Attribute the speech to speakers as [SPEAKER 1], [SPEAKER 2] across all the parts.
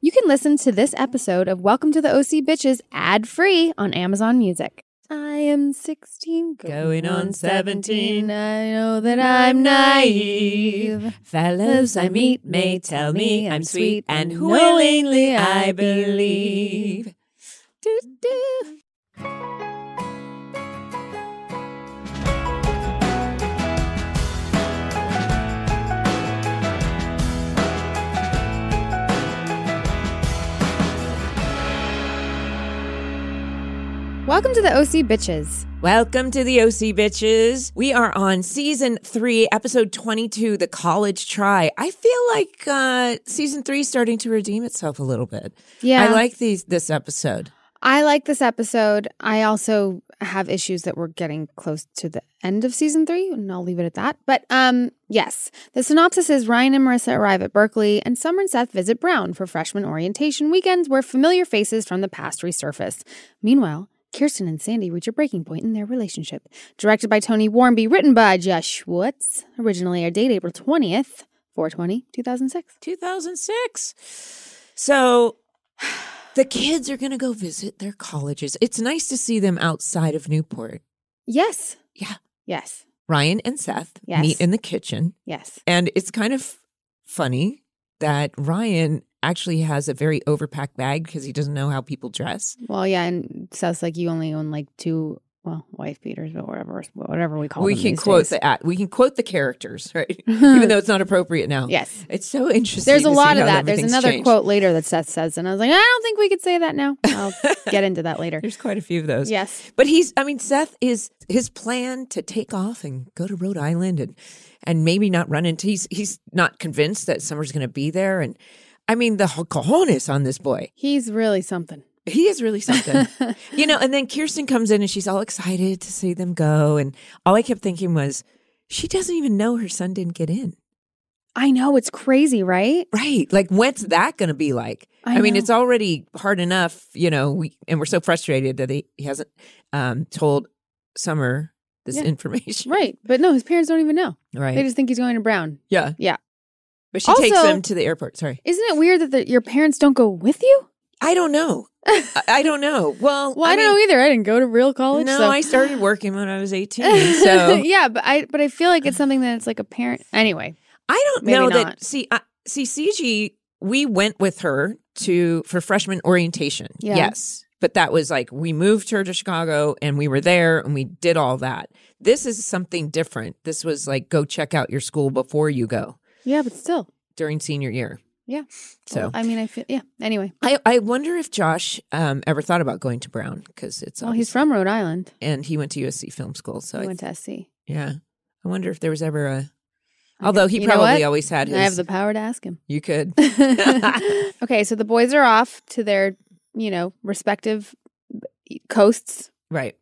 [SPEAKER 1] You can listen to this episode of Welcome to the OC Bitches ad free on Amazon Music. I am 16, going,
[SPEAKER 2] Going on 17.
[SPEAKER 1] I know that I'm naive.
[SPEAKER 2] Fellows I meet may tell me I'm sweet, and willingly I believe.
[SPEAKER 1] Do-do. Welcome to the OC Bitches.
[SPEAKER 2] Welcome to the OC Bitches. We are on season three, episode 22, The College Try. I feel like uh, season three is starting to redeem itself a little bit.
[SPEAKER 1] Yeah.
[SPEAKER 2] I like these this episode.
[SPEAKER 1] I like this episode. I also have issues that we're getting close to the end of season three, and I'll leave it at that. But um, yes, the synopsis is Ryan and Marissa arrive at Berkeley, and Summer and Seth visit Brown for freshman orientation weekends where familiar faces from the past resurface. Meanwhile, Kirsten and Sandy reach a breaking point in their relationship. Directed by Tony Warmby, written by Josh Schwartz. Originally aired date April 20th, 420, 2006.
[SPEAKER 2] 2006. So the kids are going to go visit their colleges. It's nice to see them outside of Newport.
[SPEAKER 1] Yes.
[SPEAKER 2] Yeah.
[SPEAKER 1] Yes.
[SPEAKER 2] Ryan and Seth
[SPEAKER 1] Yes.
[SPEAKER 2] meet in the kitchen.
[SPEAKER 1] Yes.
[SPEAKER 2] And it's kind of funny that Ryan actually has a very overpacked bag because he doesn't know how people dress.
[SPEAKER 1] Well, yeah, and Seth's like you only own like two, well, wife beaters, but whatever, whatever we call
[SPEAKER 2] we
[SPEAKER 1] them
[SPEAKER 2] can
[SPEAKER 1] these
[SPEAKER 2] quote
[SPEAKER 1] days.
[SPEAKER 2] the at we can quote the characters, right? Even though it's not appropriate now.
[SPEAKER 1] Yes,
[SPEAKER 2] It's so interesting.
[SPEAKER 1] there's a
[SPEAKER 2] to see
[SPEAKER 1] lot of
[SPEAKER 2] how
[SPEAKER 1] that. There's
[SPEAKER 2] everything's
[SPEAKER 1] another
[SPEAKER 2] changed.
[SPEAKER 1] quote later that Seth says, and I was like, I don't think we could say that now. I'll get into that later.
[SPEAKER 2] There's quite a few of those.
[SPEAKER 1] Yes,
[SPEAKER 2] But he's I mean, Seth is his plan to take off and go to Rhode Island and and maybe not run into he's he's not convinced that Summer's gonna be there and I mean the cojones on this boy.
[SPEAKER 1] he's really something.
[SPEAKER 2] He is really something. you know, and then Kirsten comes in and she's all excited to see them go. And all I kept thinking was, she doesn't even know her son didn't get in.
[SPEAKER 1] I know it's crazy, right?
[SPEAKER 2] Right. Like, what's that going to be like?
[SPEAKER 1] I
[SPEAKER 2] I, mean,
[SPEAKER 1] know.
[SPEAKER 2] it's already hard enough, you know, we, and we're so frustrated that he, he hasn't um, told Summer this
[SPEAKER 1] Yeah.
[SPEAKER 2] information.
[SPEAKER 1] Right, but no, his parents don't even know.
[SPEAKER 2] Right.
[SPEAKER 1] They just think he's going to Brown.
[SPEAKER 2] yeah.
[SPEAKER 1] Yeah.
[SPEAKER 2] But she takes
[SPEAKER 1] Also-
[SPEAKER 2] him to the airport. Sorry.
[SPEAKER 1] Isn't it weird that the, your parents don't go with you?
[SPEAKER 2] I don't know. I, I don't know. Well,
[SPEAKER 1] Well, I,
[SPEAKER 2] mean,
[SPEAKER 1] don't know either. I didn't go to real college.
[SPEAKER 2] No,
[SPEAKER 1] so.
[SPEAKER 2] I started working when I was 18. So
[SPEAKER 1] yeah, but I but I feel like it's something that it's like a parent. Anyway,
[SPEAKER 2] I don't
[SPEAKER 1] Maybe
[SPEAKER 2] know
[SPEAKER 1] not.
[SPEAKER 2] that. See, I, see, CG. We went with her to for freshman orientation.
[SPEAKER 1] Yeah.
[SPEAKER 2] Yes, but that was like we moved her to Chicago and we were there and we did all that. This is something different. This was like go check out your school before you go
[SPEAKER 1] yeah, but still,
[SPEAKER 2] during senior year.
[SPEAKER 1] Yeah.
[SPEAKER 2] So
[SPEAKER 1] Well, I mean, I feel yeah. Anyway,
[SPEAKER 2] I, I wonder if Josh um, ever thought about going to Brown because it's
[SPEAKER 1] well, Oh, he's
[SPEAKER 2] obvious-
[SPEAKER 1] from Rhode Island.
[SPEAKER 2] and he went to USC Film School. So
[SPEAKER 1] he
[SPEAKER 2] I,
[SPEAKER 1] went to SC.
[SPEAKER 2] yeah, I wonder if there was ever a. Although he
[SPEAKER 1] You know
[SPEAKER 2] probably
[SPEAKER 1] what?
[SPEAKER 2] always had his.
[SPEAKER 1] I have the power to ask him.
[SPEAKER 2] you could.
[SPEAKER 1] okay, so the boys are off to their, you know, respective coasts,
[SPEAKER 2] Right.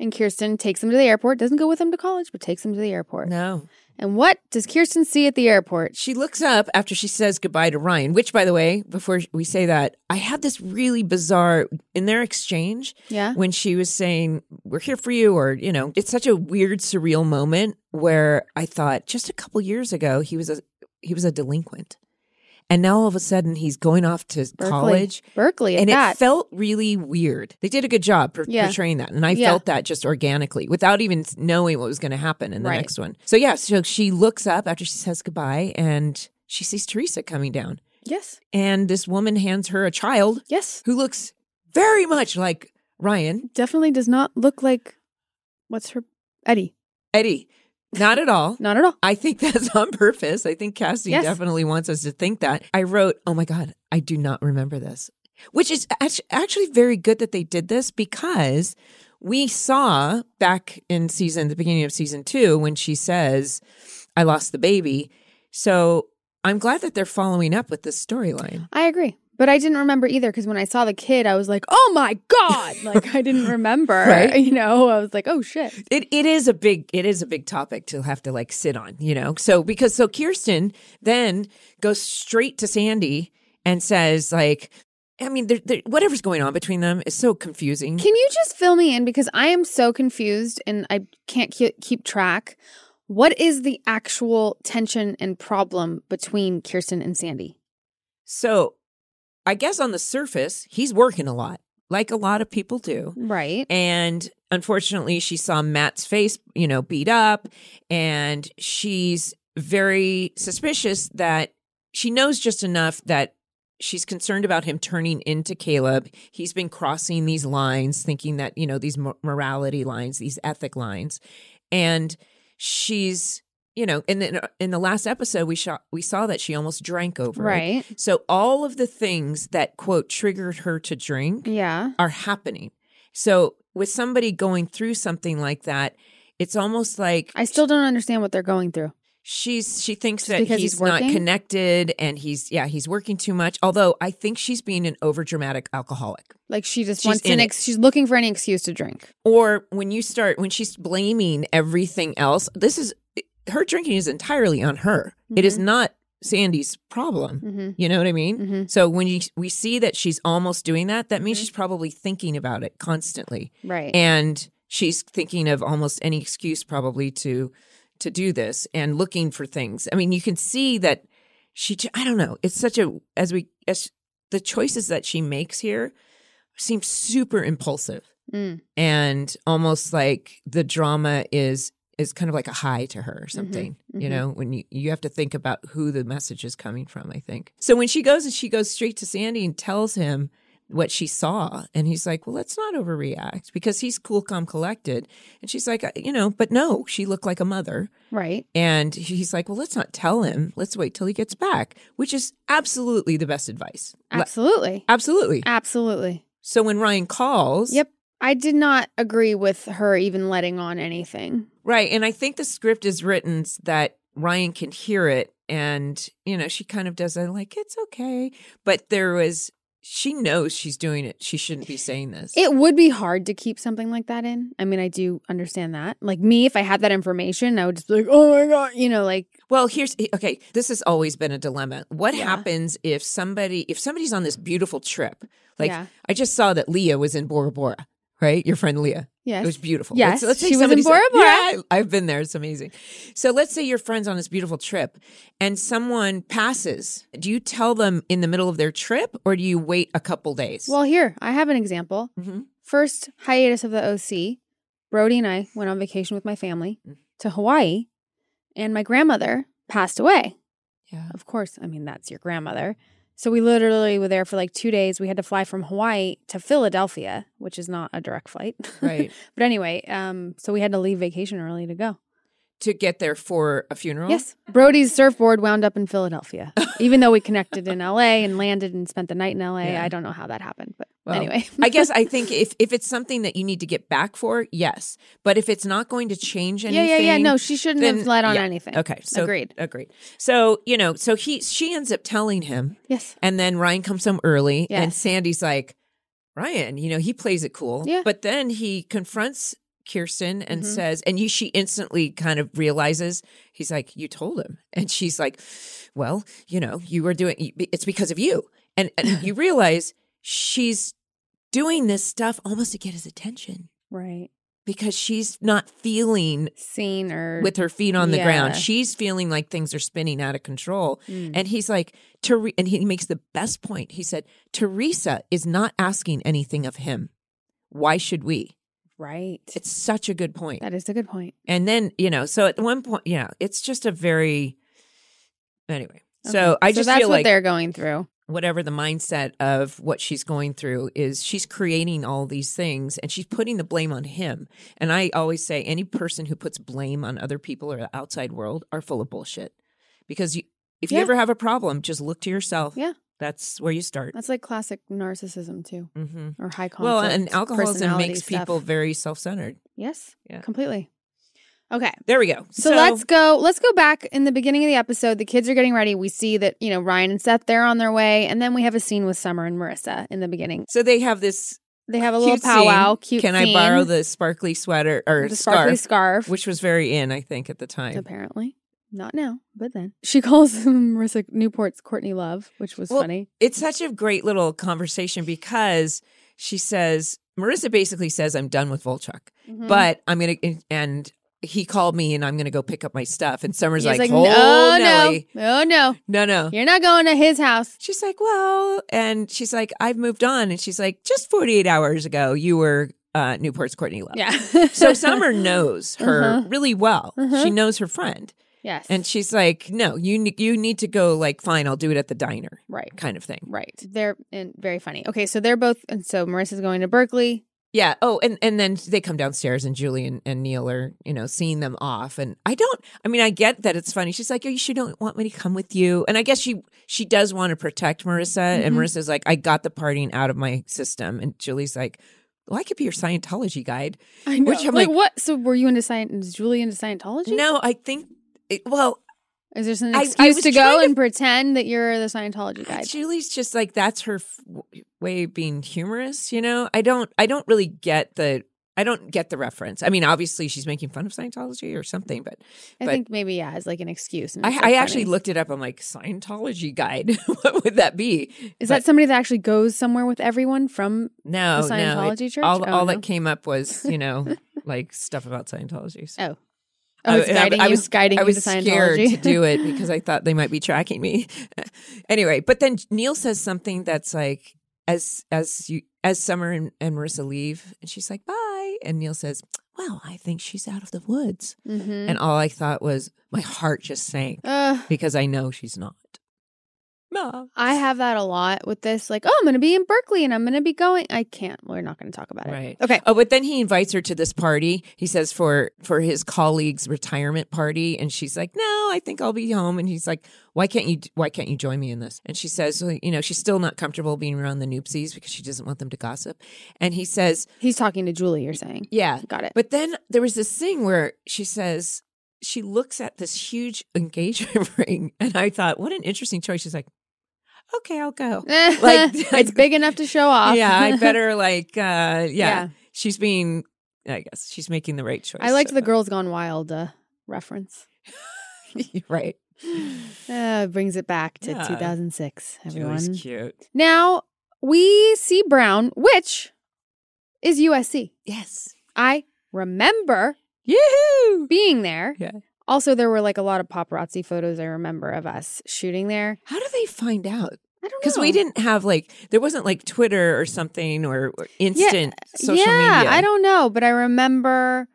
[SPEAKER 1] and Kirsten takes them to the airport. Doesn't go with them to college, but takes them to the airport.
[SPEAKER 2] No.
[SPEAKER 1] And what does Kirsten see at the airport?
[SPEAKER 2] She looks up after she says goodbye to Ryan, which, by the way, before we say that, I had this really bizarre in their exchange
[SPEAKER 1] Yeah.
[SPEAKER 2] when she was saying, We're here for you, or, you know, it's such a weird, surreal moment where I thought just a couple years ago he was a he was a delinquent. And now all of a sudden he's going off to
[SPEAKER 1] Berkeley.
[SPEAKER 2] college.
[SPEAKER 1] Berkeley. At
[SPEAKER 2] And
[SPEAKER 1] that.
[SPEAKER 2] it felt really weird. They did a good job por-
[SPEAKER 1] Yeah.
[SPEAKER 2] portraying that. And I
[SPEAKER 1] Yeah.
[SPEAKER 2] felt that just organically without even knowing what was going to happen in the
[SPEAKER 1] Right.
[SPEAKER 2] next one. So, yeah, so she looks up after she says goodbye and she sees Teresa coming down.
[SPEAKER 1] yes.
[SPEAKER 2] And this woman hands her a child
[SPEAKER 1] Yes.
[SPEAKER 2] who looks very much like Ryan,
[SPEAKER 1] Definitely does not look like. What's her Eddie?
[SPEAKER 2] Eddie. Not at all.
[SPEAKER 1] Not at all.
[SPEAKER 2] I think that's on purpose. I think Cassie
[SPEAKER 1] Yes.
[SPEAKER 2] definitely wants us to think that. I wrote, oh my God, I do not remember this, which is act- actually very good that they did this because we saw back in season, the beginning of season two, when she says, I lost the baby. So I'm glad that they're following up with this storyline.
[SPEAKER 1] I agree. But I didn't remember either because when I saw the kid, I was like, "Oh my god!" Like I didn't remember.
[SPEAKER 2] Right. Mm.
[SPEAKER 1] You know, I was like, "Oh shit."
[SPEAKER 2] It it is a big it is a big topic to have to like sit on, you know. So because so Kirsten then goes straight to Sandy and says like, I mean, there there- whatever's going on between them is so confusing.
[SPEAKER 1] Can you just fill me in because I am so confused and I can't ke- keep track. What is the actual tension and problem between Kirsten and Sandy?
[SPEAKER 2] So I guess on the surface, he's working a lot, like a lot of people do.
[SPEAKER 1] Right.
[SPEAKER 2] And unfortunately, she saw Matt's face, you know, beat up, and she's very suspicious that she knows just enough that she's concerned about him turning into Caleb. He's been crossing these lines, thinking that, you know, these mor- morality lines, these ethic lines. And she's, you know, in the, in the last episode, we, shot, we saw that she almost drank over. it.
[SPEAKER 1] Right.
[SPEAKER 2] So all of the things that, quote, triggered her to drink
[SPEAKER 1] Yeah.
[SPEAKER 2] are happening. So with somebody going through something like that, it's almost like
[SPEAKER 1] I still don't understand what they're going through.
[SPEAKER 2] she's she thinks
[SPEAKER 1] Just
[SPEAKER 2] that
[SPEAKER 1] because
[SPEAKER 2] he's,
[SPEAKER 1] he's
[SPEAKER 2] not
[SPEAKER 1] working?
[SPEAKER 2] connected and he's yeah, he's working too much. Although I think she's being an overdramatic alcoholic.
[SPEAKER 1] Like she just
[SPEAKER 2] She's
[SPEAKER 1] wants
[SPEAKER 2] in
[SPEAKER 1] an
[SPEAKER 2] it.
[SPEAKER 1] ex- she's looking for any excuse to drink.
[SPEAKER 2] Or when you start when she's blaming everything else, this is her drinking is entirely on her. It is
[SPEAKER 1] Mhm.
[SPEAKER 2] not Sandy's problem.
[SPEAKER 1] Mhm.
[SPEAKER 2] You know what I mean?
[SPEAKER 1] Mhm.
[SPEAKER 2] So when you, we see that she's almost doing that, that means
[SPEAKER 1] Mhm.
[SPEAKER 2] she's probably thinking about it constantly.
[SPEAKER 1] Right.
[SPEAKER 2] and she's thinking of almost any excuse probably to to do this and looking for things i mean you can see that she j- i don't know it's such a as we as the choices that she makes here seem super impulsive
[SPEAKER 1] Mm.
[SPEAKER 2] and almost like the drama is is kind of like a high to her or something you
[SPEAKER 1] mhm.
[SPEAKER 2] know when you, you have to think about who the message is coming from i think so when she goes and she goes straight to sandy and tells him what she saw and he's like well let's not overreact because he's cool calm collected and she's like you know but no she looked like a mother
[SPEAKER 1] Right.
[SPEAKER 2] and he's like well let's not tell him let's wait till he gets back which is absolutely the best advice Le-
[SPEAKER 1] Absolutely.
[SPEAKER 2] absolutely
[SPEAKER 1] Absolutely.
[SPEAKER 2] so when ryan calls
[SPEAKER 1] Yep. I did not agree with her even letting on anything.
[SPEAKER 2] Right. And I think the script is written s- that Ryan can hear it. And, you know, she kind of does it like, it's okay. But there was, she knows she's doing it. She shouldn't be saying this.
[SPEAKER 1] It would be hard to keep something like that in. I mean, I do understand that. Like me, if I had that information, I would just be like, "Oh my god," you know, like
[SPEAKER 2] well, here's, okay, this has always been a dilemma. What
[SPEAKER 1] Yeah.
[SPEAKER 2] happens if somebody, if somebody's on this beautiful trip? Like,
[SPEAKER 1] Yeah.
[SPEAKER 2] I just saw that Leah was in Bora Bora, right? Your friend Leah.
[SPEAKER 1] yes.
[SPEAKER 2] It was beautiful.
[SPEAKER 1] Yes,
[SPEAKER 2] say
[SPEAKER 1] she was in
[SPEAKER 2] somebody said-
[SPEAKER 1] Bora Bora.
[SPEAKER 2] Yeah, I- I've been there. It's amazing. So let's say your friend's on this beautiful trip and someone passes. Do you tell them in the middle of their trip or do you wait a couple days?
[SPEAKER 1] Well, here, I have an example.
[SPEAKER 2] Mhm.
[SPEAKER 1] First hiatus of the OC, Brody and I went on vacation with my family to Hawaii, and my grandmother passed away.
[SPEAKER 2] yeah.
[SPEAKER 1] Of course, I mean, that's your grandmother. So we literally were there for like two days. We had to fly from Hawaii to Philadelphia, which is not a direct flight.
[SPEAKER 2] Right.
[SPEAKER 1] but anyway, um, so we had to leave vacation early to go.
[SPEAKER 2] to get there for a funeral?
[SPEAKER 1] Yes. Brody's surfboard wound up in Philadelphia, even though we connected in LA and landed and spent the night in LA.
[SPEAKER 2] Yeah.
[SPEAKER 1] I don't know how that happened, but
[SPEAKER 2] Well,
[SPEAKER 1] anyway.
[SPEAKER 2] I guess I think if, if it's something that you need to get back for, yes. But if it's not going to change
[SPEAKER 1] Yeah,
[SPEAKER 2] anything.
[SPEAKER 1] yeah, yeah. No, she shouldn't
[SPEAKER 2] then-
[SPEAKER 1] have let on
[SPEAKER 2] yeah.
[SPEAKER 1] anything.
[SPEAKER 2] Okay. So
[SPEAKER 1] Agreed.
[SPEAKER 2] Agreed. So, you know, so he she ends up telling him
[SPEAKER 1] Yes.
[SPEAKER 2] And then Ryan comes home early, and
[SPEAKER 1] Yes.
[SPEAKER 2] Sandy's like, Ryan, you know, he plays it cool.
[SPEAKER 1] Yeah.
[SPEAKER 2] But then he confronts Kirsten and
[SPEAKER 1] Mhm.
[SPEAKER 2] says, and you, she instantly kind of realizes, he's like, You told him. And she's like, Well, you know, you were doing it's because of you. And, and you realize she's doing this stuff almost to get his attention
[SPEAKER 1] Right.
[SPEAKER 2] because she's not feeling
[SPEAKER 1] Seen or
[SPEAKER 2] with her feet on the ground.
[SPEAKER 1] Yeah.
[SPEAKER 2] She's feeling like things are spinning out of control.
[SPEAKER 1] Mm.
[SPEAKER 2] And he's like, Tere- and he makes the best point. He said, Teresa is not asking anything of him. Why should we?
[SPEAKER 1] right.
[SPEAKER 2] It's such a good point.
[SPEAKER 1] that is a good point.
[SPEAKER 2] And then, you know, so at one point, yeah, it's just a very, anyway. So
[SPEAKER 1] Okay.
[SPEAKER 2] I just
[SPEAKER 1] that's
[SPEAKER 2] feel
[SPEAKER 1] what
[SPEAKER 2] like
[SPEAKER 1] they're going through.
[SPEAKER 2] whatever the mindset of what she's going through is she's creating all these things and she's putting the blame on him. And I always say any person who puts blame on other people or the outside world are full of bullshit. Because you, if you
[SPEAKER 1] Yeah.
[SPEAKER 2] ever have a problem, just look to yourself.
[SPEAKER 1] Yeah.
[SPEAKER 2] That's where you start.
[SPEAKER 1] That's like classic narcissism too,
[SPEAKER 2] hmm
[SPEAKER 1] or high conflict.
[SPEAKER 2] Well, and alcoholism
[SPEAKER 1] personality
[SPEAKER 2] makes
[SPEAKER 1] stuff.
[SPEAKER 2] people very self centered.
[SPEAKER 1] Yes.
[SPEAKER 2] Yeah.
[SPEAKER 1] Completely. Okay.
[SPEAKER 2] There we go.
[SPEAKER 1] So, let's go. Let's go back in the beginning of the episode. The kids are getting ready. We see that you know Ryan and Seth they're on their way, and then we have a scene with Summer and Marissa in the beginning.
[SPEAKER 2] So they have this
[SPEAKER 1] They have a little
[SPEAKER 2] cute scene.
[SPEAKER 1] powwow. Cute.
[SPEAKER 2] Can I
[SPEAKER 1] scene.
[SPEAKER 2] borrow the sparkly sweater or
[SPEAKER 1] the sparkly
[SPEAKER 2] scarf,
[SPEAKER 1] scarf?
[SPEAKER 2] which was very in, I think, at the time.
[SPEAKER 1] apparently not now, but then she calls Marissa Newport's Courtney Love, which was
[SPEAKER 2] Well,
[SPEAKER 1] funny.
[SPEAKER 2] It's such a great little conversation because she says Marissa basically says I'm done with Volchuk,
[SPEAKER 1] Mhm.
[SPEAKER 2] but I'm gonna and he called me and I'm gonna go pick up my stuff. And Summer's
[SPEAKER 1] He's
[SPEAKER 2] like,
[SPEAKER 1] like,
[SPEAKER 2] "Hold
[SPEAKER 1] oh
[SPEAKER 2] Nelly,
[SPEAKER 1] no, oh no,
[SPEAKER 2] no, no."
[SPEAKER 1] you're not going to his house.
[SPEAKER 2] She's like, "Well," and she's like, "I've moved on," and she's like, "Just 48 hours ago, you were uh, Newport's Courtney Love."
[SPEAKER 1] Yeah.
[SPEAKER 2] so Summer knows her
[SPEAKER 1] Uh-huh.
[SPEAKER 2] really well.
[SPEAKER 1] Uh-huh.
[SPEAKER 2] She knows her friend,
[SPEAKER 1] Yes.
[SPEAKER 2] and she's like, "No, you ne- you need to go. Like, fine, I'll do it at the diner."
[SPEAKER 1] right.
[SPEAKER 2] Kind of thing.
[SPEAKER 1] Right. They're and very funny. Okay, so they're both and so Marissa's going to Berkeley.
[SPEAKER 2] Yeah. Oh, and and then they come downstairs, and Julie and, and Neil are you know seeing them off, and I don't. I mean, I get that it's funny. She's like, "Oh, you should don't want me to come with you," and I guess she she does want to protect Marissa, and
[SPEAKER 1] Mhm.
[SPEAKER 2] Marissa's like, "I got the partying out of my system," and Julie's like, "Well, I could be your Scientology guide."
[SPEAKER 1] I know.
[SPEAKER 2] Which I'm
[SPEAKER 1] like,
[SPEAKER 2] like-
[SPEAKER 1] what? So were you into science? Is Julie into Scientology?
[SPEAKER 2] No, I think. It, well,
[SPEAKER 1] Is there some
[SPEAKER 2] I- I
[SPEAKER 1] excuse
[SPEAKER 2] was
[SPEAKER 1] to go
[SPEAKER 2] trying to-
[SPEAKER 1] and pretend that you're the Scientology guy?
[SPEAKER 2] Julie's just like that's her f- w- way of being humorous, you know. I don't I don't really get the I don't get the reference. I mean, obviously she's making fun of Scientology or something, but
[SPEAKER 1] I
[SPEAKER 2] but-
[SPEAKER 1] think maybe yeah, as like an excuse. and it's,
[SPEAKER 2] I,
[SPEAKER 1] like,
[SPEAKER 2] I actually
[SPEAKER 1] funny.
[SPEAKER 2] looked it up. I'm like Scientology guide. what would that be?
[SPEAKER 1] Is
[SPEAKER 2] but- Oh,
[SPEAKER 1] that somebody that actually goes somewhere with everyone from
[SPEAKER 2] No,
[SPEAKER 1] the
[SPEAKER 2] no. it-
[SPEAKER 1] Scientology church?
[SPEAKER 2] all
[SPEAKER 1] oh,
[SPEAKER 2] all
[SPEAKER 1] no.
[SPEAKER 2] that came up was you know like stuff about Scientology. So.
[SPEAKER 1] Oh, oh, it's
[SPEAKER 2] I- I-
[SPEAKER 1] guiding
[SPEAKER 2] I
[SPEAKER 1] you-
[SPEAKER 2] was-
[SPEAKER 1] guiding
[SPEAKER 2] I
[SPEAKER 1] you
[SPEAKER 2] was
[SPEAKER 1] to Scientology.
[SPEAKER 2] scared to do it because I thought they might be tracking me. anyway, but then Neil says something that's like, as as you as Summer and, and Marissa leave, and she's like, "Bye," and Neil says, "Well, I think she's out of the woods."
[SPEAKER 1] Mhm.
[SPEAKER 2] And all I thought was, my heart just sank
[SPEAKER 1] Ugh.
[SPEAKER 2] because I know she's not. No.
[SPEAKER 1] I have that a lot with this. Like, oh, I'm going to be in Berkeley and I'm going to be going. I can't. We're not going to talk about it.
[SPEAKER 2] Right.
[SPEAKER 1] Okay.
[SPEAKER 2] Oh, but then he invites her to this party. He says for for his colleague's retirement party, and she's like, "No, I think I'll be home." And he's like, "Why can't you? Why can't you join me in this?" And she says, well, "You know, she's still not comfortable being around the noopsies because she doesn't want them to gossip." And he says,
[SPEAKER 1] He's talking to Julie, you're saying.
[SPEAKER 2] "Yeah."
[SPEAKER 1] Got it.
[SPEAKER 2] But then there was this thing where she says she looks at this huge engagement ring, and I thought, "What an interesting choice." She's like, "Okay, I'll go." like-
[SPEAKER 1] it's big enough to show off.
[SPEAKER 2] Yeah, I better like uh yeah.
[SPEAKER 1] Yeah.
[SPEAKER 2] She's being I guess she's making the right choice.
[SPEAKER 1] I liked
[SPEAKER 2] so-
[SPEAKER 1] the Girls Gone Wild uh, reference.
[SPEAKER 2] You're right.
[SPEAKER 1] Uh, brings it back to
[SPEAKER 2] Yeah.
[SPEAKER 1] 2006, everyone.
[SPEAKER 2] Julie's cute.
[SPEAKER 1] Now, we see Brown, which is USC.
[SPEAKER 2] Yes.
[SPEAKER 1] I remember
[SPEAKER 2] Yoo-hoo!
[SPEAKER 1] being there.
[SPEAKER 2] Yeah.
[SPEAKER 1] Also, there were like a lot of paparazzi photos I remember of us shooting there.
[SPEAKER 2] How do they find out?
[SPEAKER 1] I don't know.
[SPEAKER 2] Because we didn't have like there wasn't like Twitter or something or, or instant social
[SPEAKER 1] uh, yeah,
[SPEAKER 2] media.
[SPEAKER 1] I don't know, but I remember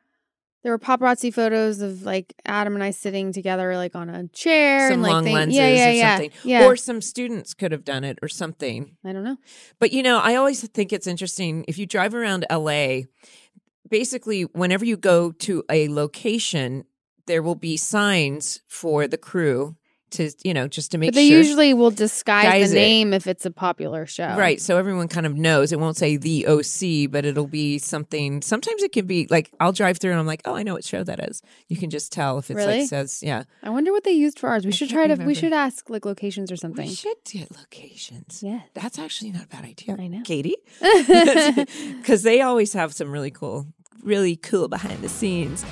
[SPEAKER 1] there were paparazzi photos of like Adam and I sitting together, like on a chair
[SPEAKER 2] some
[SPEAKER 1] and like
[SPEAKER 2] long
[SPEAKER 1] they-
[SPEAKER 2] lenses
[SPEAKER 1] yeah, yeah,
[SPEAKER 2] or
[SPEAKER 1] yeah,
[SPEAKER 2] something.
[SPEAKER 1] yeah.
[SPEAKER 2] Or some students could have done it or something.
[SPEAKER 1] I don't know.
[SPEAKER 2] But you know, I always think it's interesting if you drive around LA, basically whenever you go to a location, there will be signs for the crew to, you know, just to make
[SPEAKER 1] but they
[SPEAKER 2] sure.
[SPEAKER 1] usually will disguise
[SPEAKER 2] Guys
[SPEAKER 1] the
[SPEAKER 2] it.
[SPEAKER 1] name if it's a popular show,
[SPEAKER 2] Right, so everyone kind of knows. It won't say the OC, but it'll be something. Sometimes it can be like I'll drive through and I'm like, "Oh, I know what show that is." You can just tell if it's
[SPEAKER 1] Really?
[SPEAKER 2] like says, yeah.
[SPEAKER 1] I wonder what they used for ours. We
[SPEAKER 2] I
[SPEAKER 1] should
[SPEAKER 2] can't
[SPEAKER 1] try to. We
[SPEAKER 2] remember.
[SPEAKER 1] should ask like locations or something.
[SPEAKER 2] We should do locations.
[SPEAKER 1] Yeah,
[SPEAKER 2] That's actually not a bad idea.
[SPEAKER 1] I know.
[SPEAKER 2] Katie. Because they always have some really cool, really cool behind the scenes.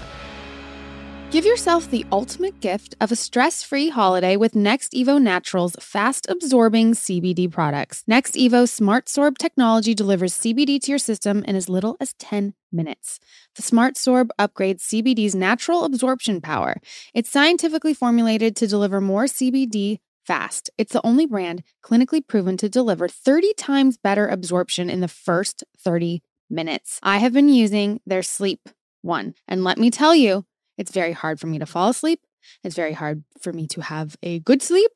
[SPEAKER 1] Give yourself the ultimate gift of a stress free holiday with Next Evo Naturals fast absorbing CBD products. Next Evo Smart Sorb technology delivers CBD to your system in as little as 10 minutes. The Smart Sorb upgrades CBD's natural absorption power. It's scientifically formulated to deliver more CBD fast. It's the only brand clinically proven to deliver 30 times better absorption in the first 30 minutes. I have been using their Sleep One, and let me tell you, it's very hard for me to fall asleep. It's very hard for me to have a good sleep.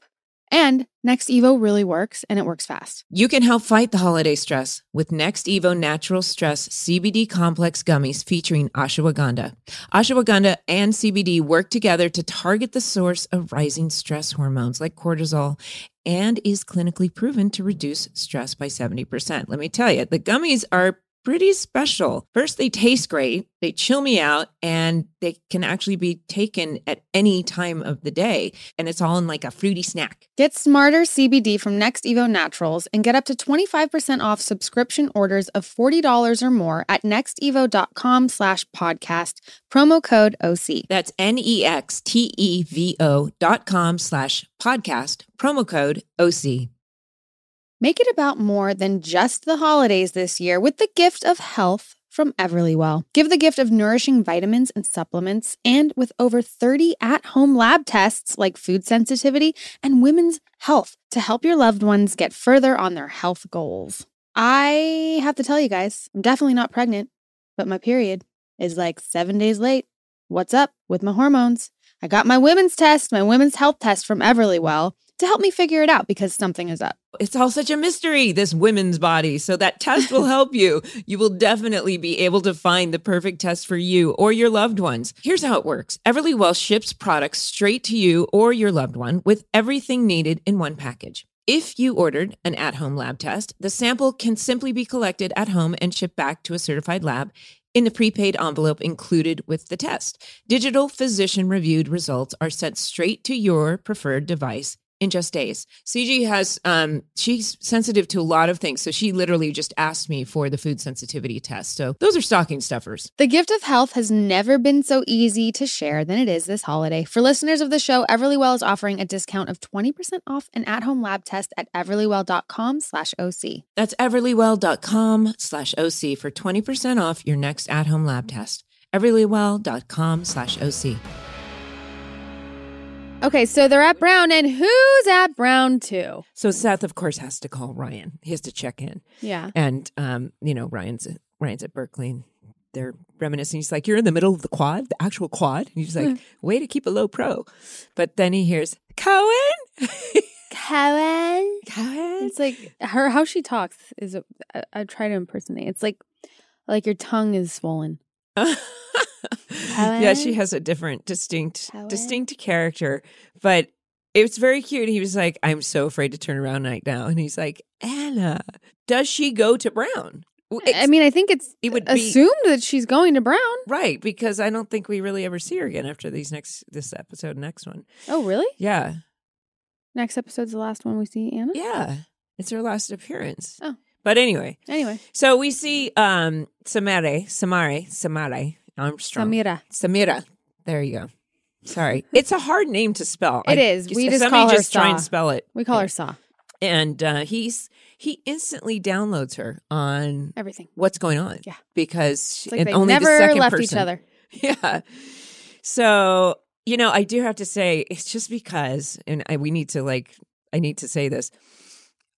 [SPEAKER 1] And Next Evo really works and it works fast.
[SPEAKER 2] You can help fight the holiday stress with Next Evo Natural Stress CBD Complex Gummies featuring ashwagandha. Ashwagandha and CBD work together to target the source of rising stress hormones like cortisol and is clinically proven to reduce stress by 70%. Let me tell you, the gummies are pretty special. First, they taste great, they chill me out, and they can actually be taken at any time of the day. And it's all in like a fruity snack.
[SPEAKER 1] Get Smarter CBD from Next Evo Naturals and get up to 25% off subscription orders of $40 or more at nextevo.com slash podcast, promo code OC.
[SPEAKER 2] That's N E X T E V O dot com slash podcast, promo code OC.
[SPEAKER 1] Make it about more than just the holidays this year with the gift of health from Everlywell. Give the gift of nourishing vitamins and supplements, and with over 30 at home lab tests like food sensitivity and women's health to help your loved ones get further on their health goals. I have to tell you guys, I'm definitely not pregnant, but my period is like seven days late. What's up with my hormones? I got my women's test, my women's health test from Everlywell to help me figure it out because something is up.
[SPEAKER 2] It's all such a mystery, this women's body. So that test will help you. You will definitely be able to find the perfect test for you or your loved ones. Here's how it works Everlywell ships products straight to you or your loved one with everything needed in one package. If you ordered an at home lab test, the sample can simply be collected at home and shipped back to a certified lab in the prepaid envelope included with the test. Digital physician reviewed results are sent straight to your preferred device in just days. CG has um she's sensitive to a lot of things. So she literally just asked me for the food sensitivity test. So those are stocking stuffers.
[SPEAKER 1] The gift of health has never been so easy to share than it is this holiday. For listeners of the show, Everlywell is offering a discount of 20% off an at-home lab test at everlywell.com slash OC.
[SPEAKER 2] That's everlywell.com slash OC for 20% off your next at-home lab test. Everlywell.com slash OC.
[SPEAKER 1] Okay, so they're at Brown, and who's at Brown too?
[SPEAKER 2] So Seth, of course, has to call Ryan. He has to check in.
[SPEAKER 1] Yeah.
[SPEAKER 2] And um, you know, Ryan's Ryan's at Berkeley and they're reminiscing. He's like, You're in the middle of the quad, the actual quad. And he's like, way to keep a low pro. But then he hears, Cohen?
[SPEAKER 1] Cohen.
[SPEAKER 2] Cohen?
[SPEAKER 1] It's like her how she talks is. A, I, I try to impersonate. It's like like your tongue is swollen.
[SPEAKER 2] yeah, she has a different, distinct,
[SPEAKER 1] Helen?
[SPEAKER 2] distinct character, but it was very cute. He was like, "I'm so afraid to turn around right now," and he's like, "Anna, does she go to Brown?" Well,
[SPEAKER 1] I
[SPEAKER 2] it's-
[SPEAKER 1] mean, I think it's
[SPEAKER 2] it would be
[SPEAKER 1] assumed that she's going to Brown.
[SPEAKER 2] right because I don't think we really ever see her again after these next this episode, next one.
[SPEAKER 1] Oh, really?
[SPEAKER 2] Yeah,
[SPEAKER 1] Next episode's the last one we see Anna.
[SPEAKER 2] yeah, it's her last appearance.
[SPEAKER 1] Oh.
[SPEAKER 2] But anyway,
[SPEAKER 1] Anyway,
[SPEAKER 2] so we see um Samare, Samare, Samare Armstrong.
[SPEAKER 1] Samira.
[SPEAKER 2] Samira. There you go. Sorry. It's a hard name to spell.
[SPEAKER 1] It
[SPEAKER 2] It
[SPEAKER 1] is.
[SPEAKER 2] is.
[SPEAKER 1] We just call her
[SPEAKER 2] just try and
[SPEAKER 1] Saw.
[SPEAKER 2] spell it.
[SPEAKER 1] We call her Saw.
[SPEAKER 2] And uh, he's he instantly downloads her on
[SPEAKER 1] Everything.
[SPEAKER 2] what's going on.
[SPEAKER 1] Yeah.
[SPEAKER 2] Because she,
[SPEAKER 1] It's like
[SPEAKER 2] and
[SPEAKER 1] they
[SPEAKER 2] only
[SPEAKER 1] never
[SPEAKER 2] the second
[SPEAKER 1] left
[SPEAKER 2] person.
[SPEAKER 1] each other.
[SPEAKER 2] Yeah. So, you know, I do have to say it's just because and I we need to like I need to say this.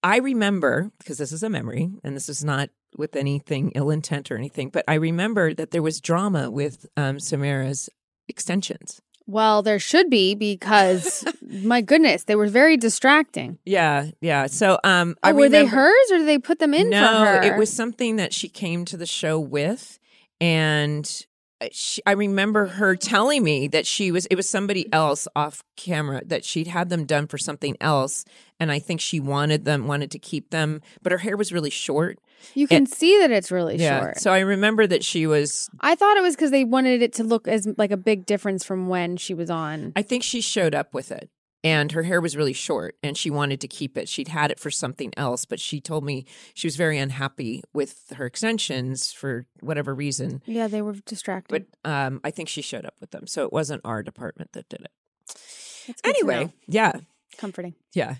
[SPEAKER 2] I remember because this is a memory and this is not with anything ill intent or anything, but I remember that there was drama with um Samara's extensions.
[SPEAKER 1] Well, there should be because my goodness, they were very distracting.
[SPEAKER 2] Yeah, yeah. So um
[SPEAKER 1] Oh,
[SPEAKER 2] I
[SPEAKER 1] were they
[SPEAKER 2] remember-
[SPEAKER 1] hers or did they put them in
[SPEAKER 2] no,
[SPEAKER 1] for her?
[SPEAKER 2] it was something that she came to the show with, and uh, she, I remember her telling me that she was. It was somebody else off camera that she'd had them done for something else, and I think she wanted them, wanted to keep them, but her hair was really short.
[SPEAKER 1] You can see that it's really short.
[SPEAKER 2] So I remember that she was.
[SPEAKER 1] I thought it was because they wanted it to look as like a big difference from when she was on.
[SPEAKER 2] I think she showed up with it. And her hair was really short and she wanted to keep it. She'd had it for something else, but she told me she was very unhappy with her extensions for whatever reason.
[SPEAKER 1] yeah, they were distracted.
[SPEAKER 2] but um, I think she showed up with them, so it wasn't our department that did it.
[SPEAKER 1] That's good to
[SPEAKER 2] Anyway,
[SPEAKER 1] know.
[SPEAKER 2] yeah,
[SPEAKER 1] comforting.
[SPEAKER 2] yeah.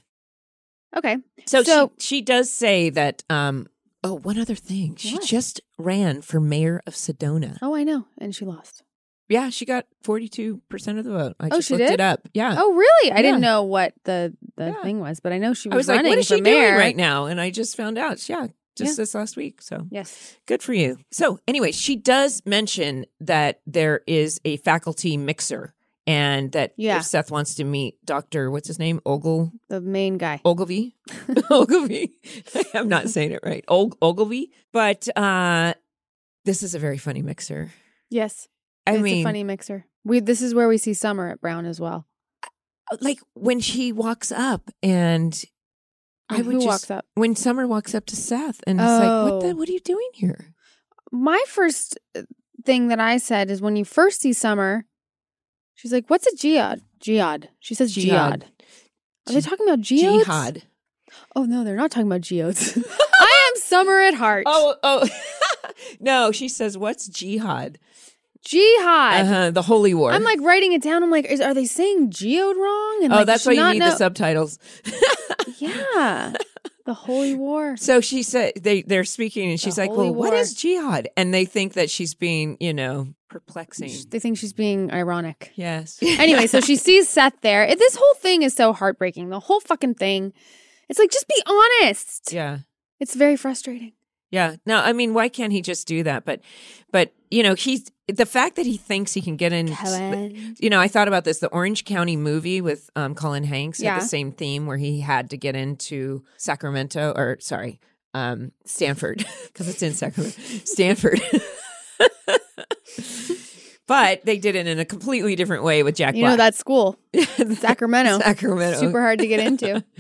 [SPEAKER 1] Okay,
[SPEAKER 2] So,
[SPEAKER 1] So-
[SPEAKER 2] she, she does say that. Um, oh, one other thing, she
[SPEAKER 1] What?
[SPEAKER 2] just ran for mayor of Sedona.
[SPEAKER 1] Oh, I know. And she lost.
[SPEAKER 2] Yeah, she got forty-two percent of the vote. I
[SPEAKER 1] Oh,
[SPEAKER 2] just
[SPEAKER 1] she
[SPEAKER 2] looked
[SPEAKER 1] did?
[SPEAKER 2] it up. Yeah,
[SPEAKER 1] Oh, really? I didn't
[SPEAKER 2] Yeah.
[SPEAKER 1] know what the the
[SPEAKER 2] Yeah.
[SPEAKER 1] thing was, but I know she was,
[SPEAKER 2] I was like,
[SPEAKER 1] running
[SPEAKER 2] what is
[SPEAKER 1] for
[SPEAKER 2] she
[SPEAKER 1] mayor.
[SPEAKER 2] doing right now? And I just found out. Yeah, just
[SPEAKER 1] Yeah.
[SPEAKER 2] this last week. So
[SPEAKER 1] Yes.
[SPEAKER 2] Good for you. So, anyway, she does mention that there is a faculty mixer and that
[SPEAKER 1] Yeah.
[SPEAKER 2] if Seth wants to meet Dr. what's his name? Ogle
[SPEAKER 1] The main guy.
[SPEAKER 2] Ogilvy. Ogilvy. I'm not saying it right. Og- Ogilvy. But uh this is a very funny mixer.
[SPEAKER 1] Yes.
[SPEAKER 2] I
[SPEAKER 1] it's
[SPEAKER 2] mean,
[SPEAKER 1] a funny mixer. We this is where we see Summer at Brown as well.
[SPEAKER 2] uh, like when she walks up and I
[SPEAKER 1] And
[SPEAKER 2] would
[SPEAKER 1] who
[SPEAKER 2] just
[SPEAKER 1] walks up?
[SPEAKER 2] when Summer walks up to Seth and it's like, what
[SPEAKER 1] Oh.
[SPEAKER 2] the what are you doing here?
[SPEAKER 1] my first uh, thing that I said is when you first see Summer, she's like, "What's a jihad?" Jihad. She says jihad.
[SPEAKER 2] Jihad.
[SPEAKER 1] Are they
[SPEAKER 2] Ji-
[SPEAKER 1] talking about geodes?
[SPEAKER 2] Jihad.
[SPEAKER 1] Oh no, they're not talking about geodes. I am Summer at heart.
[SPEAKER 2] Oh, oh. no, she says, what's jihad?
[SPEAKER 1] jihad.
[SPEAKER 2] Uh-huh, the holy war.
[SPEAKER 1] I'm like writing it down. I'm like, is, are they saying geode wrong? And
[SPEAKER 2] oh,
[SPEAKER 1] like,
[SPEAKER 2] that's
[SPEAKER 1] should
[SPEAKER 2] why you
[SPEAKER 1] not
[SPEAKER 2] need
[SPEAKER 1] know-
[SPEAKER 2] the subtitles.
[SPEAKER 1] Yeah, the holy war.
[SPEAKER 2] So she said they they're speaking, and she's like,
[SPEAKER 1] holy
[SPEAKER 2] "Well, what
[SPEAKER 1] war.
[SPEAKER 2] is jihad?" And they think that she's being, you know, perplexing.
[SPEAKER 1] They think she's being ironic.
[SPEAKER 2] Yes.
[SPEAKER 1] Anyway, so she sees Seth there. It- This whole thing is so heartbreaking. The whole fucking thing. It's like just be honest.
[SPEAKER 2] yeah.
[SPEAKER 1] It's very frustrating.
[SPEAKER 2] Yeah. No, I mean, why can't he just do that? But, but you know, he's the fact that he thinks he can get in.
[SPEAKER 1] Kevin.
[SPEAKER 2] You know, I thought about this. The Orange County movie with um, Colin Hanks
[SPEAKER 1] Yeah.
[SPEAKER 2] had the same theme where he had to get into Sacramento or sorry, um, Stanford because it's in Sacramento, Stanford. but they did it in a completely different way with Jack
[SPEAKER 1] You know
[SPEAKER 2] Black.
[SPEAKER 1] that school, Sacramento.
[SPEAKER 2] Sacramento.
[SPEAKER 1] Super hard to get into.